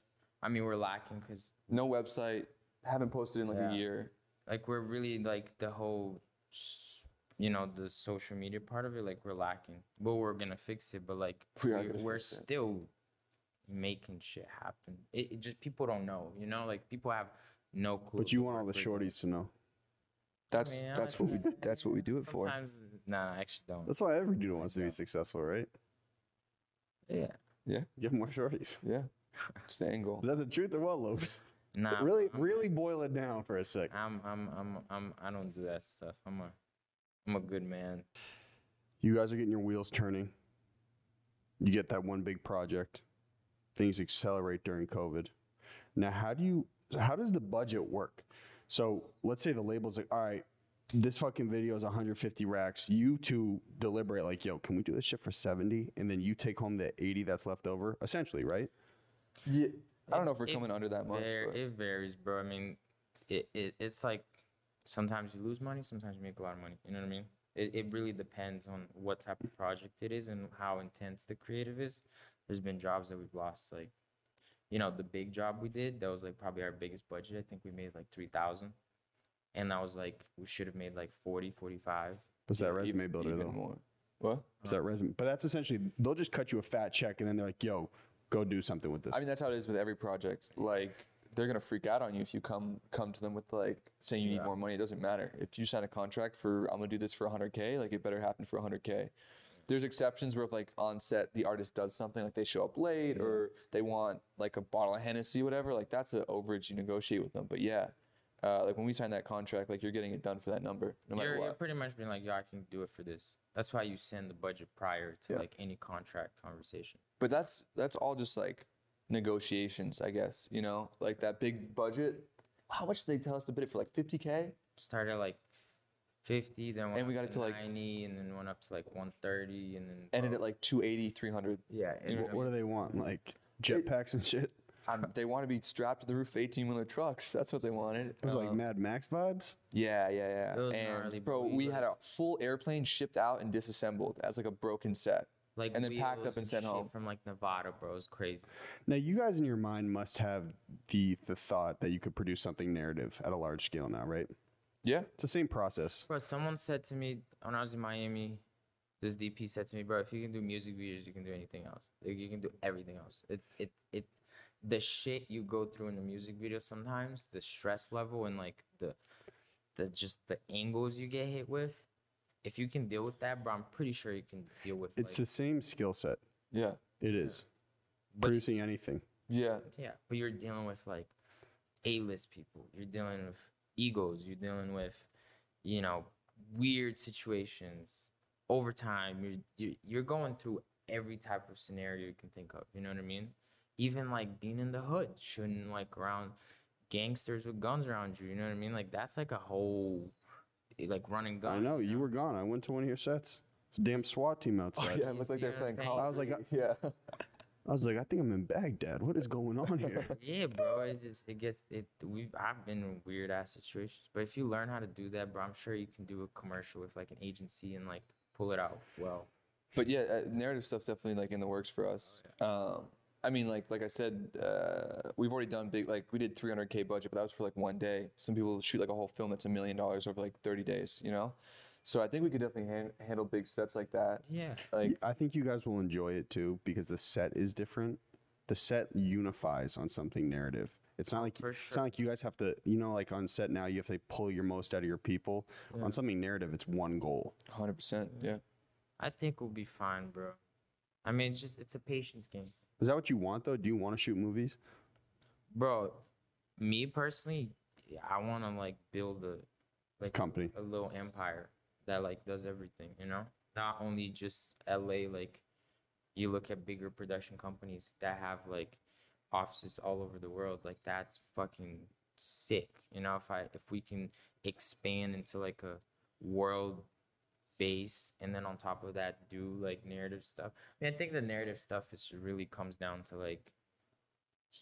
[SPEAKER 4] I mean, we're lacking because
[SPEAKER 5] No website. Haven't posted in like
[SPEAKER 4] Yeah.
[SPEAKER 5] a year.
[SPEAKER 4] like we're really like the whole, s- you know, the social media part of it. Like we're lacking, but we're gonna fix it. But like
[SPEAKER 5] We are
[SPEAKER 4] we-
[SPEAKER 5] gonna
[SPEAKER 4] we're
[SPEAKER 5] fix it.
[SPEAKER 4] still making shit happen. It, it just people don't know. You know, like people have no clue.
[SPEAKER 2] But you
[SPEAKER 4] the
[SPEAKER 2] want all
[SPEAKER 4] work
[SPEAKER 2] the
[SPEAKER 4] we're doing.
[SPEAKER 2] shorties to know.
[SPEAKER 5] That's
[SPEAKER 4] mean,
[SPEAKER 5] that's what we
[SPEAKER 4] honestly,
[SPEAKER 5] that's what we do it for.
[SPEAKER 4] Sometimes, nah, I actually don't.
[SPEAKER 2] That's why every dude wants to be successful, right?
[SPEAKER 4] Yeah.
[SPEAKER 2] Give more shorties.
[SPEAKER 5] Yeah, it's the angle.
[SPEAKER 2] Is that the truth or what, Lopes?
[SPEAKER 4] Nah.
[SPEAKER 2] really,
[SPEAKER 4] I'm-
[SPEAKER 2] really boil it down for a sec.
[SPEAKER 4] I'm, I'm, I'm, I'm, I don't do that stuff. I'm a, I'm a good man.
[SPEAKER 2] You guys are getting your wheels turning. You get that one big project. Things accelerate during COVID. Now, how do you? How does the budget work? So let's say the label's like, all right, this fucking video is 150 racks. You two deliberate like, yo, can we do this shit for 70? And then you take home the 80 that's left over, essentially, right?
[SPEAKER 5] Yeah, I don't know if we're
[SPEAKER 4] It
[SPEAKER 5] coming under that much.
[SPEAKER 4] var-
[SPEAKER 5] but-
[SPEAKER 4] it varies, bro. I mean, it, it, it's like sometimes you lose money, sometimes you make a lot of money. You know what I mean? It, it really depends on what type of project it is and how intense the creative is. There's been jobs that we've lost, like, you know, the big job we did that was like probably our biggest budget. I think we made like three thousand, and I was like, we should have made like 40, 45.
[SPEAKER 2] Was that
[SPEAKER 5] Yeah, e-
[SPEAKER 2] resume builder
[SPEAKER 5] even
[SPEAKER 2] though?
[SPEAKER 5] More. What?
[SPEAKER 2] Was that resume? But that's essentially they'll just cut you a fat check and then they're like, yo, go do something with this.
[SPEAKER 5] I mean, that's how it is with every project. Like they're gonna freak out on you if you come come to them with like saying you need
[SPEAKER 4] Yeah.
[SPEAKER 5] more money. It doesn't matter if you sign a contract for I'm gonna do this for 100k. Like it better happen for 100k. There's exceptions where if like on set the artist does something like they show up late or they want like a bottle of Hennessy whatever. Like that's an overage you negotiate with them. But yeah, uh, like when we sign that contract, like you're getting it done for that number no matter
[SPEAKER 4] you're,
[SPEAKER 5] what.
[SPEAKER 4] you're pretty much being like, yeah, I can do it for this. That's why you send the budget prior to
[SPEAKER 5] Yeah.
[SPEAKER 4] like any contract conversation.
[SPEAKER 5] but that's that's all just like negotiations, I guess. You know, like that big budget. How much did they tell us to bid it for? Like 50k.
[SPEAKER 4] Start at like fifty, then went
[SPEAKER 5] And we
[SPEAKER 4] up
[SPEAKER 5] got it to, like-
[SPEAKER 4] ninety, and then went up to like one thirty, and then
[SPEAKER 5] Ended at like 280, 300.
[SPEAKER 4] yeah.
[SPEAKER 5] you know,
[SPEAKER 4] ended up-
[SPEAKER 2] Wh- what do they want? Like jetpacks and shit?
[SPEAKER 5] Um, they want to be strapped to the roof of 18 wheeler trucks. That's what they wanted.
[SPEAKER 2] It was like
[SPEAKER 5] Um,
[SPEAKER 2] Mad Max vibes.
[SPEAKER 5] yeah, yeah, yeah.
[SPEAKER 4] Those gnarly
[SPEAKER 5] And bro, we had a full airplane shipped out and disassembled as like a broken set.
[SPEAKER 4] like
[SPEAKER 5] and then packed
[SPEAKER 4] wheels
[SPEAKER 5] up and sent
[SPEAKER 4] shit
[SPEAKER 5] home.
[SPEAKER 4] from like Nevada, bro. It's crazy.
[SPEAKER 2] Now, you guys in your mind must have the the thought that you could produce something narrative at a large scale now, right?
[SPEAKER 5] Yeah.
[SPEAKER 2] It's the same process.
[SPEAKER 4] Bro, someone said to me when I was in Miami, this DP said to me, bro, if you can do music videos, you can do anything else. Like, you can do everything else. It it it the shit you go through in the music video sometimes, the stress level and like the the just the angles you get hit with. If you can deal with that, bro, I'm pretty sure you can deal with
[SPEAKER 2] It's the
[SPEAKER 4] like,
[SPEAKER 2] same skill set.
[SPEAKER 5] Yeah.
[SPEAKER 2] It is
[SPEAKER 4] but-
[SPEAKER 2] producing anything.
[SPEAKER 5] Yeah.
[SPEAKER 4] Yeah, but you're dealing with like A-list people. You're dealing with egos. You're dealing with, you know, weird situations. Overtime, you're you're- you're going through every type of scenario you can think of. You know what I mean? Even like being in the hood, shooting like around gangsters with guns around you. You know what I mean? Like that's like a whole like running gun.
[SPEAKER 2] I know you were gone. I went to one of your sets. Damn SWAT team outside.
[SPEAKER 5] Oh, Yeah. It looked like they're
[SPEAKER 4] Yeah,
[SPEAKER 5] playing
[SPEAKER 4] thank
[SPEAKER 5] Call
[SPEAKER 2] I
[SPEAKER 5] of
[SPEAKER 2] was like, uh,
[SPEAKER 5] Duty. yeah.
[SPEAKER 2] I was like, I think I'm in Baghdad. What is going on here?
[SPEAKER 4] Yeah, bro. It's just it gets it. We've I've been in weird ass situations, but if you learn how to do that, bro, I'm sure you can do a commercial with like an agency and like pull it out well.
[SPEAKER 5] but yeah, uh, narrative stuff's definitely like in the works for us.
[SPEAKER 4] Oh,
[SPEAKER 5] Um, I mean, like like I said, uh, we've already done big. Like we did 300k budget, but that was for like one day. Some people shoot like a whole film that's a million dollars over like 30 days. You know, so I think we could definitely han- handle big sets like that.
[SPEAKER 4] Yeah,
[SPEAKER 5] Like
[SPEAKER 2] I think you guys will enjoy it too because the set is different. The set unifies on something narrative. It's not like
[SPEAKER 4] for
[SPEAKER 2] it's not like you guys have to, you know, like on set now you have to pull your most out of your people. On something narrative, it's one goal.
[SPEAKER 5] 100. percent Yeah.
[SPEAKER 4] I think we'll be fine, bro. I mean, it's just it's a patience game,
[SPEAKER 2] Is that what you want though? Do you want to shoot movies?
[SPEAKER 4] bro. Me personally, yeah, I want to like build a like
[SPEAKER 2] Company.
[SPEAKER 4] a little empire that like does everything, you know? Not only just LA, like you look at bigger production companies that have like offices all over the world, like that's fucking sick. You know, if I if we can expand into like a world base and then on top of that do like narrative stuff. I mean I think the narrative stuff is really comes down to like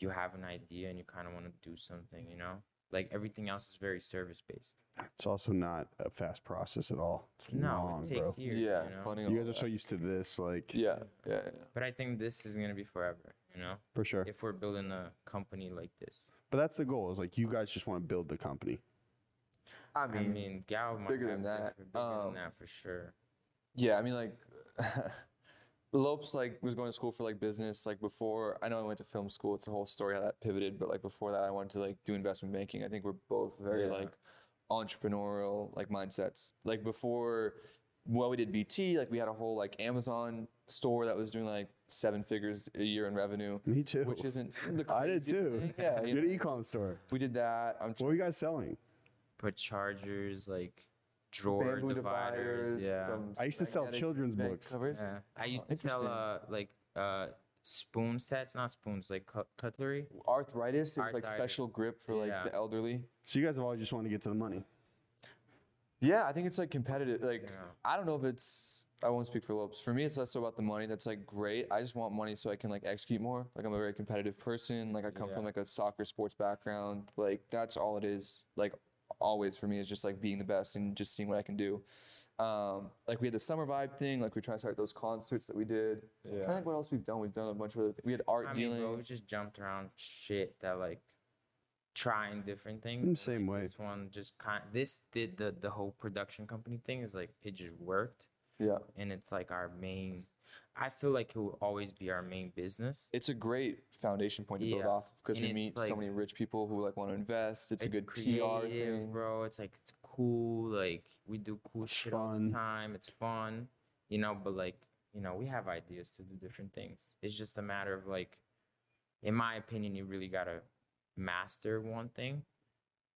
[SPEAKER 4] you have an idea and you kinda wanna do something, you know? Like everything else is very service based.
[SPEAKER 2] It's also not a fast process at all. It's
[SPEAKER 4] No,
[SPEAKER 2] long,
[SPEAKER 4] it takes
[SPEAKER 2] bro.
[SPEAKER 4] years.
[SPEAKER 5] yeah.
[SPEAKER 4] you know?
[SPEAKER 5] Funding.
[SPEAKER 2] You
[SPEAKER 5] all
[SPEAKER 2] guys are so
[SPEAKER 5] that.
[SPEAKER 2] used to this, like
[SPEAKER 5] Yeah. Yeah. yeah.
[SPEAKER 4] But I think this is gonna be forever. you know,
[SPEAKER 2] for sure.
[SPEAKER 4] if we're building a company like this.
[SPEAKER 2] But that's the goal. Is like you guys just want to build the company.
[SPEAKER 5] I
[SPEAKER 4] I
[SPEAKER 5] mean,
[SPEAKER 4] mean, Gal might
[SPEAKER 5] bigger
[SPEAKER 4] have
[SPEAKER 5] than that,
[SPEAKER 4] different- bigger
[SPEAKER 5] um,
[SPEAKER 4] than that for sure.
[SPEAKER 5] yeah, I mean, like, Lopes, like, was going to school for, like, business. Like, before, I know I went to film school. It's a whole story how that pivoted. But, like, before that, I wanted to, like, do investment banking. I think we're both very,
[SPEAKER 4] Yeah.
[SPEAKER 5] like, entrepreneurial, like, mindsets. Like, before, well, we did BT, like, we had a whole, like, Amazon store that was doing, like, seven figures a year in revenue,
[SPEAKER 2] Me too.
[SPEAKER 5] which isn't the
[SPEAKER 2] I did
[SPEAKER 5] craziest
[SPEAKER 2] too.
[SPEAKER 5] thing. Yeah, you
[SPEAKER 2] Good
[SPEAKER 5] know,
[SPEAKER 2] econ store.
[SPEAKER 5] we did that. I'm
[SPEAKER 2] What were you guys selling?
[SPEAKER 4] Put chargers like drawer
[SPEAKER 5] bamboo
[SPEAKER 4] dividers.
[SPEAKER 5] dividers.
[SPEAKER 4] Yeah.
[SPEAKER 5] some
[SPEAKER 2] I used to sell
[SPEAKER 5] magnetic
[SPEAKER 2] children's
[SPEAKER 5] bed
[SPEAKER 2] books.
[SPEAKER 5] Covers.
[SPEAKER 4] Yeah. I used
[SPEAKER 5] Oh,
[SPEAKER 4] to sell uh
[SPEAKER 5] interesting.
[SPEAKER 4] like uh spoon sets, not spoons, like cut- cutlery.
[SPEAKER 5] Arthritis. It was like
[SPEAKER 4] Arthritis.
[SPEAKER 5] special grip for like
[SPEAKER 4] Yeah.
[SPEAKER 5] the elderly.
[SPEAKER 2] So you guys have always just wanted to get to the money.
[SPEAKER 5] Yeah, I think it's like competitive. Like
[SPEAKER 4] Yeah.
[SPEAKER 5] I don't know if it's. I won't speak for Lopes. For me, it's less so about the money. That's like great. I just want money so I can like execute more. Like I'm a very competitive person. Like I come from
[SPEAKER 4] Yeah.
[SPEAKER 5] like a soccer sports background. Like that's all it is. Like always for me is just like being the best and just seeing what I can do. Um, like we had the summer vibe thing. Like we try to start those concerts that we did. Yeah. Trying to think what else we've done. We've done a bunch of. Other th- we had art
[SPEAKER 4] I
[SPEAKER 5] dealing.
[SPEAKER 4] mean, bro, we just jumped around shit that like trying different things.
[SPEAKER 2] In the
[SPEAKER 4] and,
[SPEAKER 2] same
[SPEAKER 4] like,
[SPEAKER 2] way.
[SPEAKER 4] This one just kind this did the the whole production company thing is like it just worked
[SPEAKER 5] yeah.
[SPEAKER 4] and it's like our main I feel like it will always be our main business.
[SPEAKER 5] it's a great foundation point to build
[SPEAKER 4] Yeah.
[SPEAKER 5] off because
[SPEAKER 4] And
[SPEAKER 5] we
[SPEAKER 4] it's
[SPEAKER 5] meet so
[SPEAKER 4] like-
[SPEAKER 5] many rich people who like want to invest. It's, a good PR
[SPEAKER 4] creative,
[SPEAKER 5] thing.
[SPEAKER 4] bro. It's like it's cool. Like we do cool
[SPEAKER 2] It's
[SPEAKER 4] shit all
[SPEAKER 2] fun.
[SPEAKER 4] the time. It's fun, you know. But like you know, we have ideas to do different things. It's just a matter of like, in my opinion, you really gotta master one thing,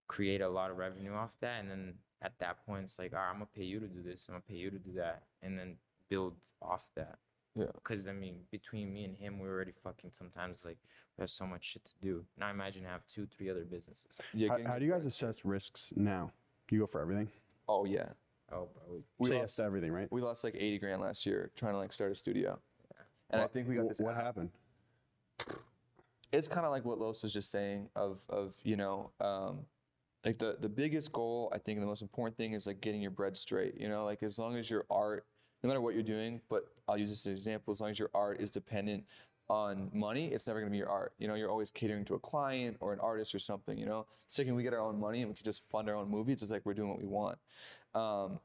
[SPEAKER 4] create a lot of revenue off that, and then at that point, it's like, all right, I'm gonna pay you to do this. I'm gonna pay you to do that, and then build off that.
[SPEAKER 5] Yeah.
[SPEAKER 4] Cause I mean, between me and him, we're already fucking sometimes like we have so much shit to do. Now imagine I have two, three other businesses.
[SPEAKER 5] Yeah,
[SPEAKER 2] How,
[SPEAKER 5] getting
[SPEAKER 2] how
[SPEAKER 5] it-
[SPEAKER 2] do you guys assess risks now? You go for everything.
[SPEAKER 5] oh yeah,
[SPEAKER 4] Oh, bro.
[SPEAKER 5] we
[SPEAKER 2] Say yes
[SPEAKER 5] lost
[SPEAKER 2] to everything, right?
[SPEAKER 5] we lost like eighty grand last year trying to like start a studio, and I think we got
[SPEAKER 2] Wh-
[SPEAKER 5] this.
[SPEAKER 2] What
[SPEAKER 5] app.
[SPEAKER 2] happened?
[SPEAKER 5] It's kind of like what Lopes was just saying of of you know. Um, like the, the biggest goal, I think, and the most important thing is like getting your bread straight. You know, like as long as your art, no matter what you're doing, but I'll use this as an example. As long as your art is dependent on money, it's never going to be your art. You know, you're always catering to a client or an artist or something. You know, second, we get our own money and we can just fund our own movies. It's like we're doing what we want. Um,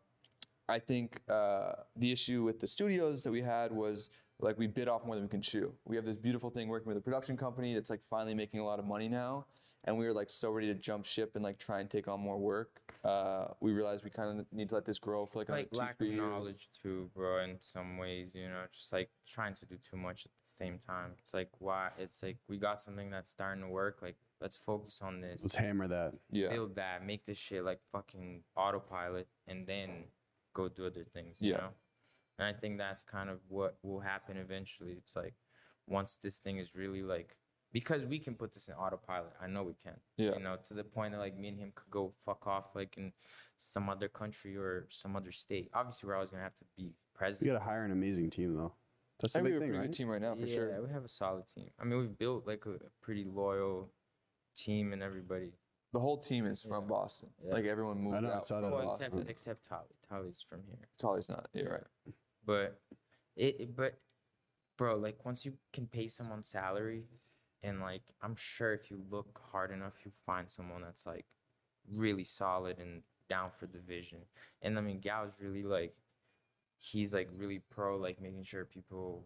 [SPEAKER 5] I think uh, the issue with the studios that we had was like we bit off more than we can chew. We have this beautiful thing working with a production company that's like finally making a lot of money now, and we were like so ready to jump ship and like try and take on more work. Uh, we realized we kind of need to let this grow for like,
[SPEAKER 4] Like
[SPEAKER 5] another
[SPEAKER 4] lack
[SPEAKER 5] two,
[SPEAKER 4] of
[SPEAKER 5] three years.
[SPEAKER 4] knowledge too, bro. In some ways, you know, just like trying to do too much at the same time. It's like why? It's like we got something that's starting to work. Like let's focus on this.
[SPEAKER 2] Let's hammer that.
[SPEAKER 5] Yeah.
[SPEAKER 4] build that, make this shit like fucking autopilot, and then go do other things. You
[SPEAKER 5] Yeah.
[SPEAKER 4] know? And I think that's kind of what will happen eventually. It's like once this thing is really like because we can put this in autopilot. I know we can.
[SPEAKER 5] Yeah.
[SPEAKER 4] You know, to the point that like me and him could go fuck off like in some other country or some other state. Obviously, we're always gonna have to be
[SPEAKER 2] You
[SPEAKER 4] present.
[SPEAKER 2] got to hire an amazing team, though. That's the
[SPEAKER 5] I think we
[SPEAKER 2] big
[SPEAKER 5] have a
[SPEAKER 2] thing,
[SPEAKER 5] pretty
[SPEAKER 2] right?
[SPEAKER 5] good team right now for
[SPEAKER 4] yeah,
[SPEAKER 5] sure.
[SPEAKER 4] we have a solid team. I mean, we've built like a, a pretty loyal team and everybody.
[SPEAKER 5] The whole team is from Boston.
[SPEAKER 4] Yeah.
[SPEAKER 5] Like everyone moved
[SPEAKER 2] I know, I
[SPEAKER 5] out
[SPEAKER 2] saw
[SPEAKER 5] from
[SPEAKER 2] that.
[SPEAKER 4] Well,
[SPEAKER 5] Boston.
[SPEAKER 4] except except Tolly. Tolly's from here.
[SPEAKER 5] Tully's not. You're right.
[SPEAKER 4] but it it- but bro like once you can pay someone salary and like i'm sure if you look hard enough you find someone that's like really solid and down for the vision and i mean gal's really like he's like really pro like making sure people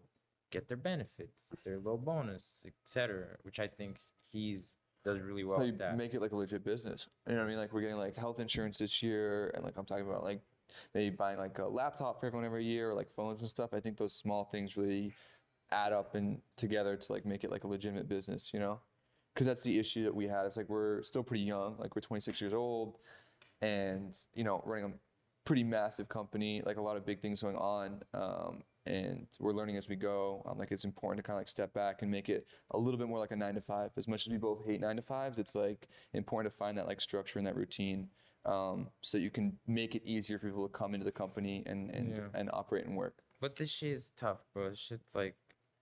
[SPEAKER 4] get their benefits their low bonus etc which i think he's does really well
[SPEAKER 5] So you
[SPEAKER 4] with that
[SPEAKER 5] make it like a legit business. You know what I mean? Like we're getting like health insurance this year, and like I'm talking about like maybe buying like a laptop for everyone every year, or like phones and stuff. I think those small things really add up and together to like make it like a legitimate business. You know, because that's the issue that we had. It's like we're still pretty young. Like we're 26 years old, and you know running a pretty massive company, like a lot of big things going on. Um, and we're learning as we go. Um, like it's important to kind of like step back and make it a little bit more like a nine to five. As much as we both hate nine to fives, it's like important to find that like structure and that routine, um, so that you can make it easier for people to come into the company and and,
[SPEAKER 4] Yeah.
[SPEAKER 5] and operate and work.
[SPEAKER 4] But this shit is tough, bro. This shit's like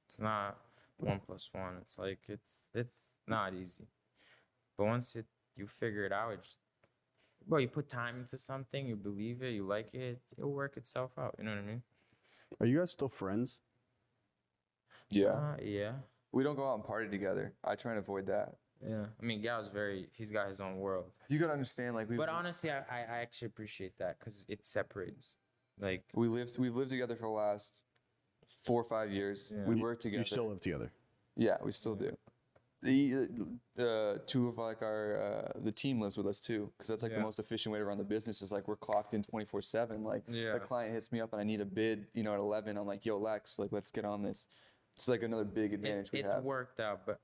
[SPEAKER 4] it's not one plus one. It's like it's it's not easy. But once it you figure it out, it just bro, you put time into something, you believe it, you like it, it'll work itself out. You know what I mean?
[SPEAKER 2] Are you guys still friends?
[SPEAKER 5] Yeah,
[SPEAKER 4] Uh, yeah.
[SPEAKER 5] We don't go out and party together. I try and avoid that.
[SPEAKER 4] Yeah. I mean, Gal's very. He's got his own world.
[SPEAKER 5] You gotta understand, like we've
[SPEAKER 4] But honestly, I, I I actually appreciate that because it separates. Like
[SPEAKER 5] we lived we've lived together for the last four or five years.
[SPEAKER 4] Yeah.
[SPEAKER 5] We work together.
[SPEAKER 2] You still live together.
[SPEAKER 5] yeah, we still do. The uh, two of like our uh, the team lives with us too, because that's like the
[SPEAKER 4] Yeah.
[SPEAKER 5] most efficient way to run the business. Is like we're clocked in twenty four seven. Like
[SPEAKER 4] Yeah.
[SPEAKER 5] a client hits me up and I need a bid, you know, at eleven. I'm like, yo, Lex, like let's get on this. It's like another big advantage
[SPEAKER 4] it,
[SPEAKER 5] we
[SPEAKER 4] it
[SPEAKER 5] have.
[SPEAKER 4] worked out, but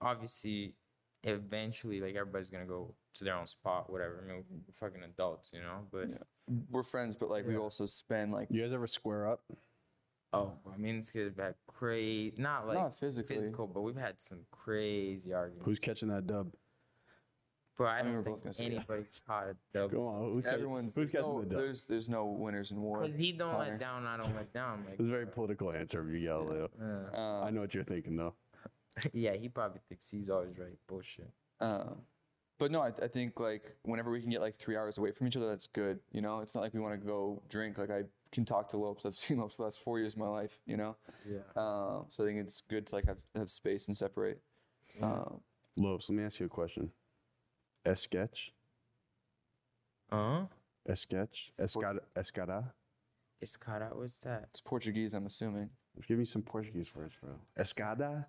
[SPEAKER 4] obviously, eventually, like everybody's gonna go to their own spot, whatever. I mean, we're fucking adults, you know. But
[SPEAKER 5] Yeah. We're friends, but like we
[SPEAKER 4] Yeah.
[SPEAKER 5] also spend like
[SPEAKER 2] You guys ever square up?
[SPEAKER 4] oh, I mean, it's gonna be crazy. Not like
[SPEAKER 5] not physically.
[SPEAKER 4] physical, but we've had some crazy arguments.
[SPEAKER 2] Who's catching that dub?
[SPEAKER 4] Bro, I,
[SPEAKER 5] I mean,
[SPEAKER 4] don't
[SPEAKER 5] we're
[SPEAKER 4] think
[SPEAKER 5] both gonna say it.
[SPEAKER 4] anybody caught a double.
[SPEAKER 2] Go on. Who's catch- who's
[SPEAKER 5] Everyone's there's
[SPEAKER 2] catching
[SPEAKER 5] no,
[SPEAKER 2] the dub?
[SPEAKER 5] there's there's no winners in war.
[SPEAKER 4] Because he don't
[SPEAKER 5] Connor.
[SPEAKER 4] let down, I don't let down. Like,
[SPEAKER 2] It was a very political answer, Miguel. though.
[SPEAKER 4] uh,
[SPEAKER 5] Um,
[SPEAKER 2] I know what you're thinking, though.
[SPEAKER 4] yeah, he probably thinks he's always right. Bullshit.
[SPEAKER 5] Um, but no, I, I think like whenever we can get like three hours away from each other, that's good. You know, it's not like we want to go drink. Like I can talk to Lopes. I've seen Lopes the last four years of my life. You know,
[SPEAKER 4] Yeah.
[SPEAKER 5] um, so I think it's good to like have, have space and separate. Um,
[SPEAKER 2] Lopes, let me ask you a question. S sketch?
[SPEAKER 4] Uh huh.
[SPEAKER 2] S sketch? Escada? Escada?
[SPEAKER 4] Escada, what's that?
[SPEAKER 5] it's Portuguese, I'm assuming.
[SPEAKER 2] Give me some Portuguese words, bro. Escada?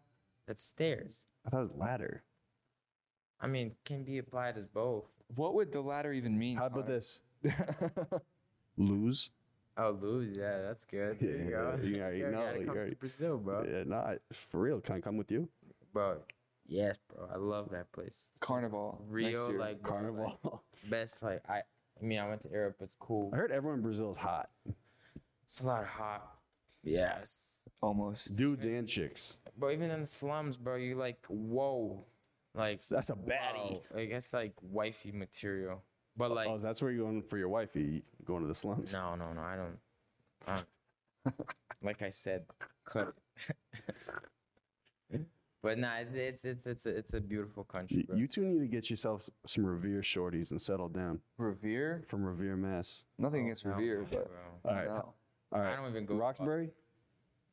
[SPEAKER 4] That's stairs.
[SPEAKER 2] I thought it was ladder.
[SPEAKER 4] I mean, can be applied as both.
[SPEAKER 5] What would the latter even mean?
[SPEAKER 2] How about
[SPEAKER 5] Connor?
[SPEAKER 2] this? Lose?
[SPEAKER 4] Oh, lose. Yeah, that's good. There
[SPEAKER 2] Yeah,
[SPEAKER 4] you go.
[SPEAKER 2] you already know,
[SPEAKER 4] gotta
[SPEAKER 2] you
[SPEAKER 4] come
[SPEAKER 2] already-
[SPEAKER 4] to Brazil, bro.
[SPEAKER 2] Yeah, nah, for real. Can I come with you?
[SPEAKER 4] Bro, yes, bro. I love that place.
[SPEAKER 5] Carnival. next
[SPEAKER 4] Rio,
[SPEAKER 5] year.
[SPEAKER 4] like bro, like,
[SPEAKER 2] Carnival.
[SPEAKER 4] best. Like I, I mean, I went to Europe. It's cool.
[SPEAKER 2] I heard everyone in Brazil is hot.
[SPEAKER 4] It's a lot of hot. Yes.
[SPEAKER 5] almost.
[SPEAKER 2] Dudes and chicks.
[SPEAKER 4] Bro, even in the slums, bro, you like whoa, like
[SPEAKER 2] So that's a baddie.
[SPEAKER 4] whoa. Like that's like wifey material. But like,
[SPEAKER 2] oh, that's where you're going for your wifey. Going to the slums.
[SPEAKER 4] no, no, no. I don't. I don't- uh, like I said, cut. it. but nah, it- it's it's it's a, it's a beautiful country,
[SPEAKER 2] You,
[SPEAKER 4] bro.
[SPEAKER 2] you two need to get yourself s- some Revere shorties and settle down
[SPEAKER 5] Revere.
[SPEAKER 2] from Revere, Mass.
[SPEAKER 5] Nothing
[SPEAKER 4] Oh,
[SPEAKER 5] against
[SPEAKER 4] no,
[SPEAKER 5] Revere,
[SPEAKER 4] no,
[SPEAKER 5] but
[SPEAKER 4] bro.
[SPEAKER 2] All right,
[SPEAKER 5] no.
[SPEAKER 2] all
[SPEAKER 4] I
[SPEAKER 2] right.
[SPEAKER 4] don't even go. fuck-
[SPEAKER 2] Roxbury.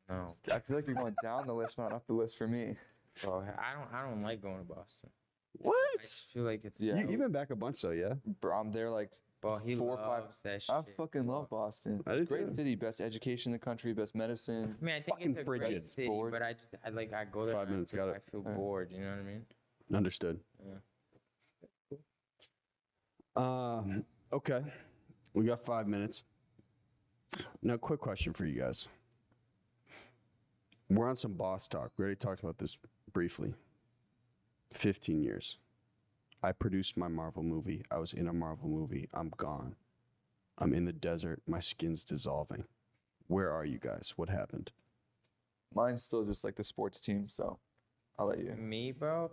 [SPEAKER 4] No,
[SPEAKER 5] I feel like you're going down the list, not up the list for me.
[SPEAKER 4] bro. I don't. I don't like going to Boston. I
[SPEAKER 2] What?
[SPEAKER 4] just feel like it's.
[SPEAKER 5] Yeah.
[SPEAKER 4] Yeah.
[SPEAKER 2] You, you've been back a bunch though, yeah.
[SPEAKER 5] Bro, I'm there like
[SPEAKER 4] Bro, he
[SPEAKER 5] four or five-
[SPEAKER 4] loves that shit.
[SPEAKER 5] I fucking love Boston.
[SPEAKER 2] I
[SPEAKER 5] It's
[SPEAKER 2] do
[SPEAKER 5] a great
[SPEAKER 2] too.
[SPEAKER 5] city, best education in the country, best medicine.
[SPEAKER 4] I mean, I think
[SPEAKER 2] fucking
[SPEAKER 4] it's a
[SPEAKER 2] frigid.
[SPEAKER 4] great city,
[SPEAKER 5] Boards.
[SPEAKER 4] but I just, I like, I go there.
[SPEAKER 2] Five
[SPEAKER 4] and I
[SPEAKER 2] minutes, eh.
[SPEAKER 4] feel-
[SPEAKER 2] got it.
[SPEAKER 4] I feel
[SPEAKER 5] Alright.
[SPEAKER 4] bored. You know what I mean?
[SPEAKER 2] Understood. Um. Okay. We got five minutes. Now, quick question for you guys. We're on some boss talk. We already talked about this briefly. 15 years. I produced my Marvel movie. I was in a Marvel movie. I'm gone. I'm in the desert. My skin's dissolving. Where are you guys? What happened?
[SPEAKER 5] Mine's still just like the sports team, so I'll let you.
[SPEAKER 4] Me, bro.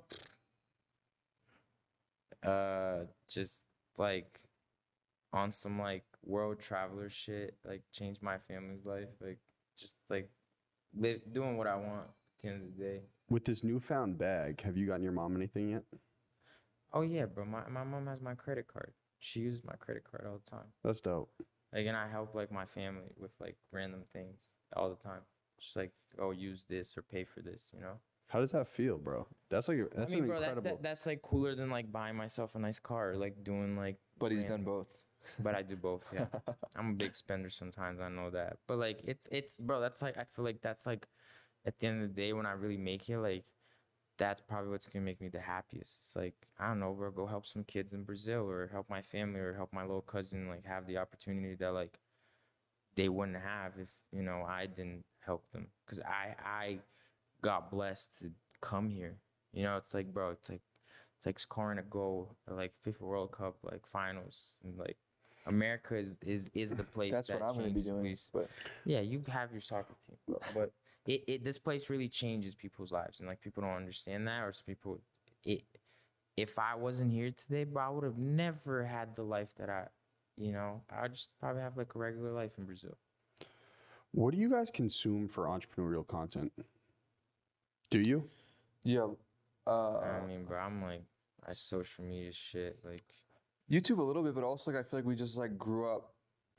[SPEAKER 4] Uh, just like on some like world traveler shit, like change my family's life, like just like live doing what I want at the end of the day.
[SPEAKER 2] With this newfound bag, have you gotten your mom anything yet?
[SPEAKER 4] Oh yeah, bro. My my mom has my credit card. She uses my credit card all the time.
[SPEAKER 2] That's dope.
[SPEAKER 4] Like, and I help like my family with like random things all the time. Just like, oh, use this or pay for this, you know.
[SPEAKER 2] How does that feel, bro? That's like a- that's
[SPEAKER 4] I mean,
[SPEAKER 2] an
[SPEAKER 4] bro,
[SPEAKER 2] incredible.
[SPEAKER 4] that, that, that's like cooler than like buying myself a nice car, or, like doing like.
[SPEAKER 5] But he's
[SPEAKER 4] Yeah.
[SPEAKER 5] done both.
[SPEAKER 4] But I do both. Yeah, I'm a big spender sometimes. I know that. But like, it's it's bro. That's like I feel like that's like, at the end of the day, when I really make it, like, that's probably what's gonna make me the happiest. It's like I don't know, bro. Go help some kids in Brazil, or help my family, or help my little cousin, like have the opportunity that like, they wouldn't have if you know I didn't help them. Cause I I got blessed to come here. You know, it's like bro, it's like it's like scoring a goal at like FIFA World Cup like finals and like America is is is the place
[SPEAKER 5] That's
[SPEAKER 4] that
[SPEAKER 5] what I'm going to be
[SPEAKER 4] changes
[SPEAKER 5] doing.
[SPEAKER 4] police.
[SPEAKER 5] But
[SPEAKER 4] Yeah, you have your soccer team, bro, but it, it this place really changes people's lives and like people don't understand that or some people it if I wasn't here today, bro, I would have never had the life that I you know, I just probably have like a regular life in Brazil.
[SPEAKER 2] What do you guys consume for entrepreneurial content? Do you?
[SPEAKER 5] yeah, uh,
[SPEAKER 4] I mean, bro, I'm like I social media shit like
[SPEAKER 5] YouTube a little bit, but also like I feel like we just like grew up.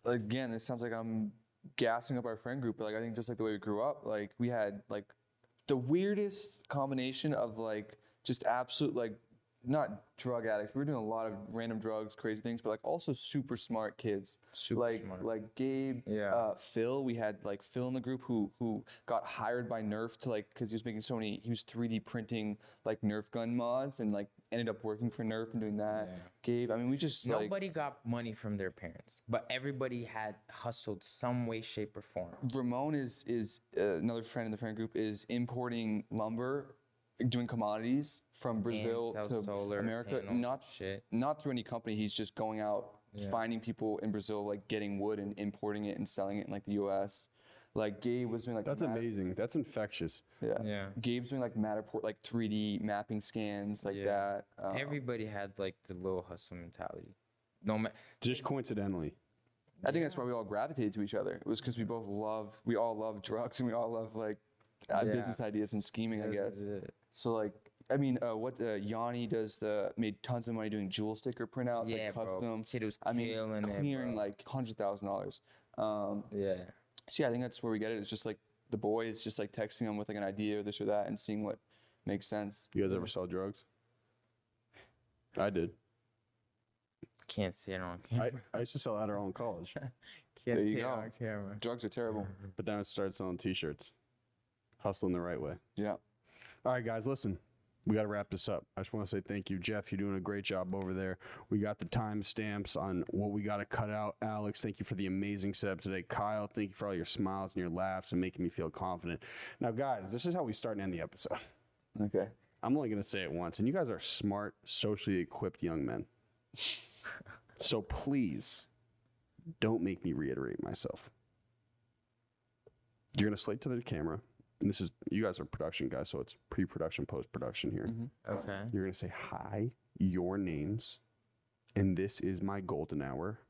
[SPEAKER 5] Again, it sounds like I'm gassing up our friend group, but like I think just like the way we grew up, like we had like the weirdest combination of like just absolute like not drug addicts. We were doing a lot of random drugs, crazy things, but like also super smart kids.
[SPEAKER 4] Super
[SPEAKER 5] like
[SPEAKER 4] smart.
[SPEAKER 5] like Gabe,
[SPEAKER 4] Yeah.
[SPEAKER 5] uh, Phil. We had like Phil in the group who who got hired by Nerf to like because he was making so many. He was 3D printing like Nerf gun mods and like ended up working for Nerf and doing that. Gabe, I mean, we just like
[SPEAKER 4] Nobody got money from their parents, but everybody had hustled some way, shape, or form.
[SPEAKER 5] Ramon is is uh, another friend in the friend group is importing lumber, doing commodities from Brazil
[SPEAKER 4] sell
[SPEAKER 5] to
[SPEAKER 4] solar
[SPEAKER 5] America.
[SPEAKER 4] panels
[SPEAKER 5] Not
[SPEAKER 4] and shit.
[SPEAKER 5] not through any company. He's just going out finding people in Brazil, like getting wood and importing it and selling it in like the U.S. Like Gabe was doing like
[SPEAKER 2] That's
[SPEAKER 5] mad-
[SPEAKER 2] amazing. That's infectious.
[SPEAKER 5] Yeah.
[SPEAKER 4] Yeah.
[SPEAKER 5] Gabe's doing like Matterport, like 3D mapping scans, like
[SPEAKER 4] Yeah.
[SPEAKER 5] that. Um,
[SPEAKER 4] Everybody had like the little hustle mentality. No ma-
[SPEAKER 2] Just coincidentally.
[SPEAKER 5] I think that's why we all gravitated to each other. It was because we both love, we all love drugs and we all love like uh,
[SPEAKER 4] Yeah.
[SPEAKER 5] business ideas and scheming. I
[SPEAKER 4] This
[SPEAKER 5] guess.
[SPEAKER 4] is it.
[SPEAKER 5] So like, I mean, uh, what uh, Yanni does the made tons of money doing jewel sticker printouts,
[SPEAKER 4] yeah,
[SPEAKER 5] like custom.
[SPEAKER 4] bro. Shit was
[SPEAKER 5] I mean,
[SPEAKER 4] killing it,
[SPEAKER 5] clearing
[SPEAKER 4] bro.
[SPEAKER 5] like hundred thousand dollars. Um,
[SPEAKER 4] yeah.
[SPEAKER 5] so yeah, I think that's where we get it. It's just like the boys just like texting them with like an idea or this or that and seeing what makes sense.
[SPEAKER 2] You guys
[SPEAKER 4] Mm-hmm.
[SPEAKER 2] ever sell drugs? I did.
[SPEAKER 4] Can't see it on
[SPEAKER 2] I,
[SPEAKER 4] camera.
[SPEAKER 2] I used to sell Adderall in college,
[SPEAKER 4] Can't
[SPEAKER 5] There you
[SPEAKER 4] see it
[SPEAKER 5] go.
[SPEAKER 4] on camera.
[SPEAKER 5] Drugs are terrible.
[SPEAKER 2] but then I started selling T-shirts, hustling the right way.
[SPEAKER 5] Yeah.
[SPEAKER 2] All right, guys, listen. We got to wrap this up. I just want to say thank you, Jeff. You're doing a great job over there. We got the timestamps on what we got to cut out. Alex, thank you for the amazing setup today. Kyle, thank you for all your smiles and your laughs and making me feel confident. Now, guys, this is how we start and end the episode.
[SPEAKER 5] Okay.
[SPEAKER 2] I'm only going to say it once, and you guys are smart, socially equipped young men. so please don't make me reiterate myself. You're going to slate to the camera. And this is, you guys are production guys, so it's pre production, post production here.
[SPEAKER 4] Okay.
[SPEAKER 2] You're going to say hi, your names, and this is my golden hour.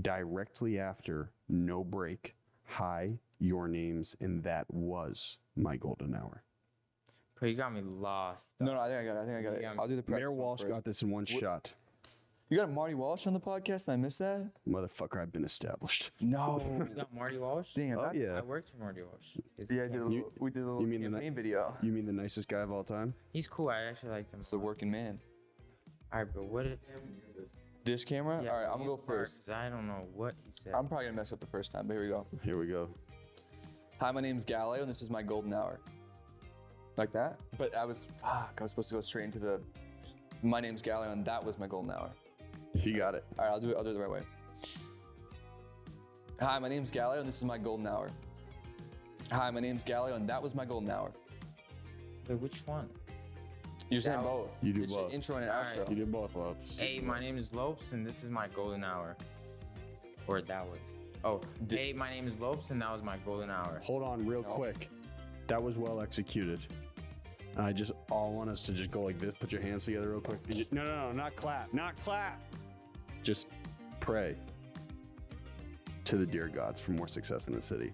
[SPEAKER 2] Directly after, no break. Hi, your names, and that was my golden hour.
[SPEAKER 4] Bro, you got me lost.
[SPEAKER 5] No, no, I think I got it. I think I got it.
[SPEAKER 4] Yeah,
[SPEAKER 5] I'll do the practice
[SPEAKER 2] Mayor
[SPEAKER 5] one
[SPEAKER 2] Walsh
[SPEAKER 5] first.
[SPEAKER 2] got this in one shot.
[SPEAKER 5] You got Marty Walsh on the podcast and I missed that?
[SPEAKER 2] Motherfucker, I've been established.
[SPEAKER 5] No.
[SPEAKER 4] You got Marty Walsh?
[SPEAKER 5] Damn.
[SPEAKER 2] Oh
[SPEAKER 5] that's-
[SPEAKER 2] yeah.
[SPEAKER 4] I worked with Marty Walsh. He's,
[SPEAKER 5] Yeah, I did a little,
[SPEAKER 2] You-
[SPEAKER 5] we did a little
[SPEAKER 2] you mean the
[SPEAKER 5] campaign video.
[SPEAKER 2] You mean the nicest guy of all time?
[SPEAKER 4] he's cool. I actually like him.
[SPEAKER 5] It's the working man.
[SPEAKER 4] All right, bro. What? Did,
[SPEAKER 5] This camera?
[SPEAKER 4] yeah,
[SPEAKER 5] All right,
[SPEAKER 4] you
[SPEAKER 5] I'm going to go
[SPEAKER 4] start,
[SPEAKER 5] first.
[SPEAKER 4] 'cause I don't know what he said.
[SPEAKER 5] I'm probably going to mess up the first time, but here we go.
[SPEAKER 2] Here we go.
[SPEAKER 5] Hi, my name's Galileo, and this is my golden hour. Like that? But I was, fuck, I was supposed to go straight into the, my name's Galileo, and that was my golden hour.
[SPEAKER 2] He got it.
[SPEAKER 5] All right, I'll do it, I'll do it the right way. Hi, my name's Galileo, and this is my golden hour. Hi, my name's Galileo, and that was my golden hour.
[SPEAKER 4] Wait, which one?
[SPEAKER 5] You're saying
[SPEAKER 4] Yeah.
[SPEAKER 5] both.
[SPEAKER 2] You do
[SPEAKER 5] It's your
[SPEAKER 2] both.
[SPEAKER 5] Intro and an
[SPEAKER 4] All right.
[SPEAKER 5] outro.
[SPEAKER 2] You did both ups.
[SPEAKER 4] Hey, my name is Lopes, and this is my golden hour. Or that was. Oh, hey, my name is Lopes, and that was my golden hour.
[SPEAKER 2] Hold on, real quick. That was well executed. And I just all want us to just go like this. Put your hands together real quick. And ju- No, no, no, not clap, not clap. Just pray to the dear gods for more success in the city.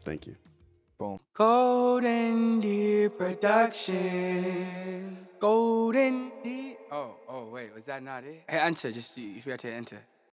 [SPEAKER 2] Thank you.
[SPEAKER 1] Golden Deer Productions. Golden Deer. Oh, oh, wait, was that not it? Hey, enter, just you, you forgot to enter.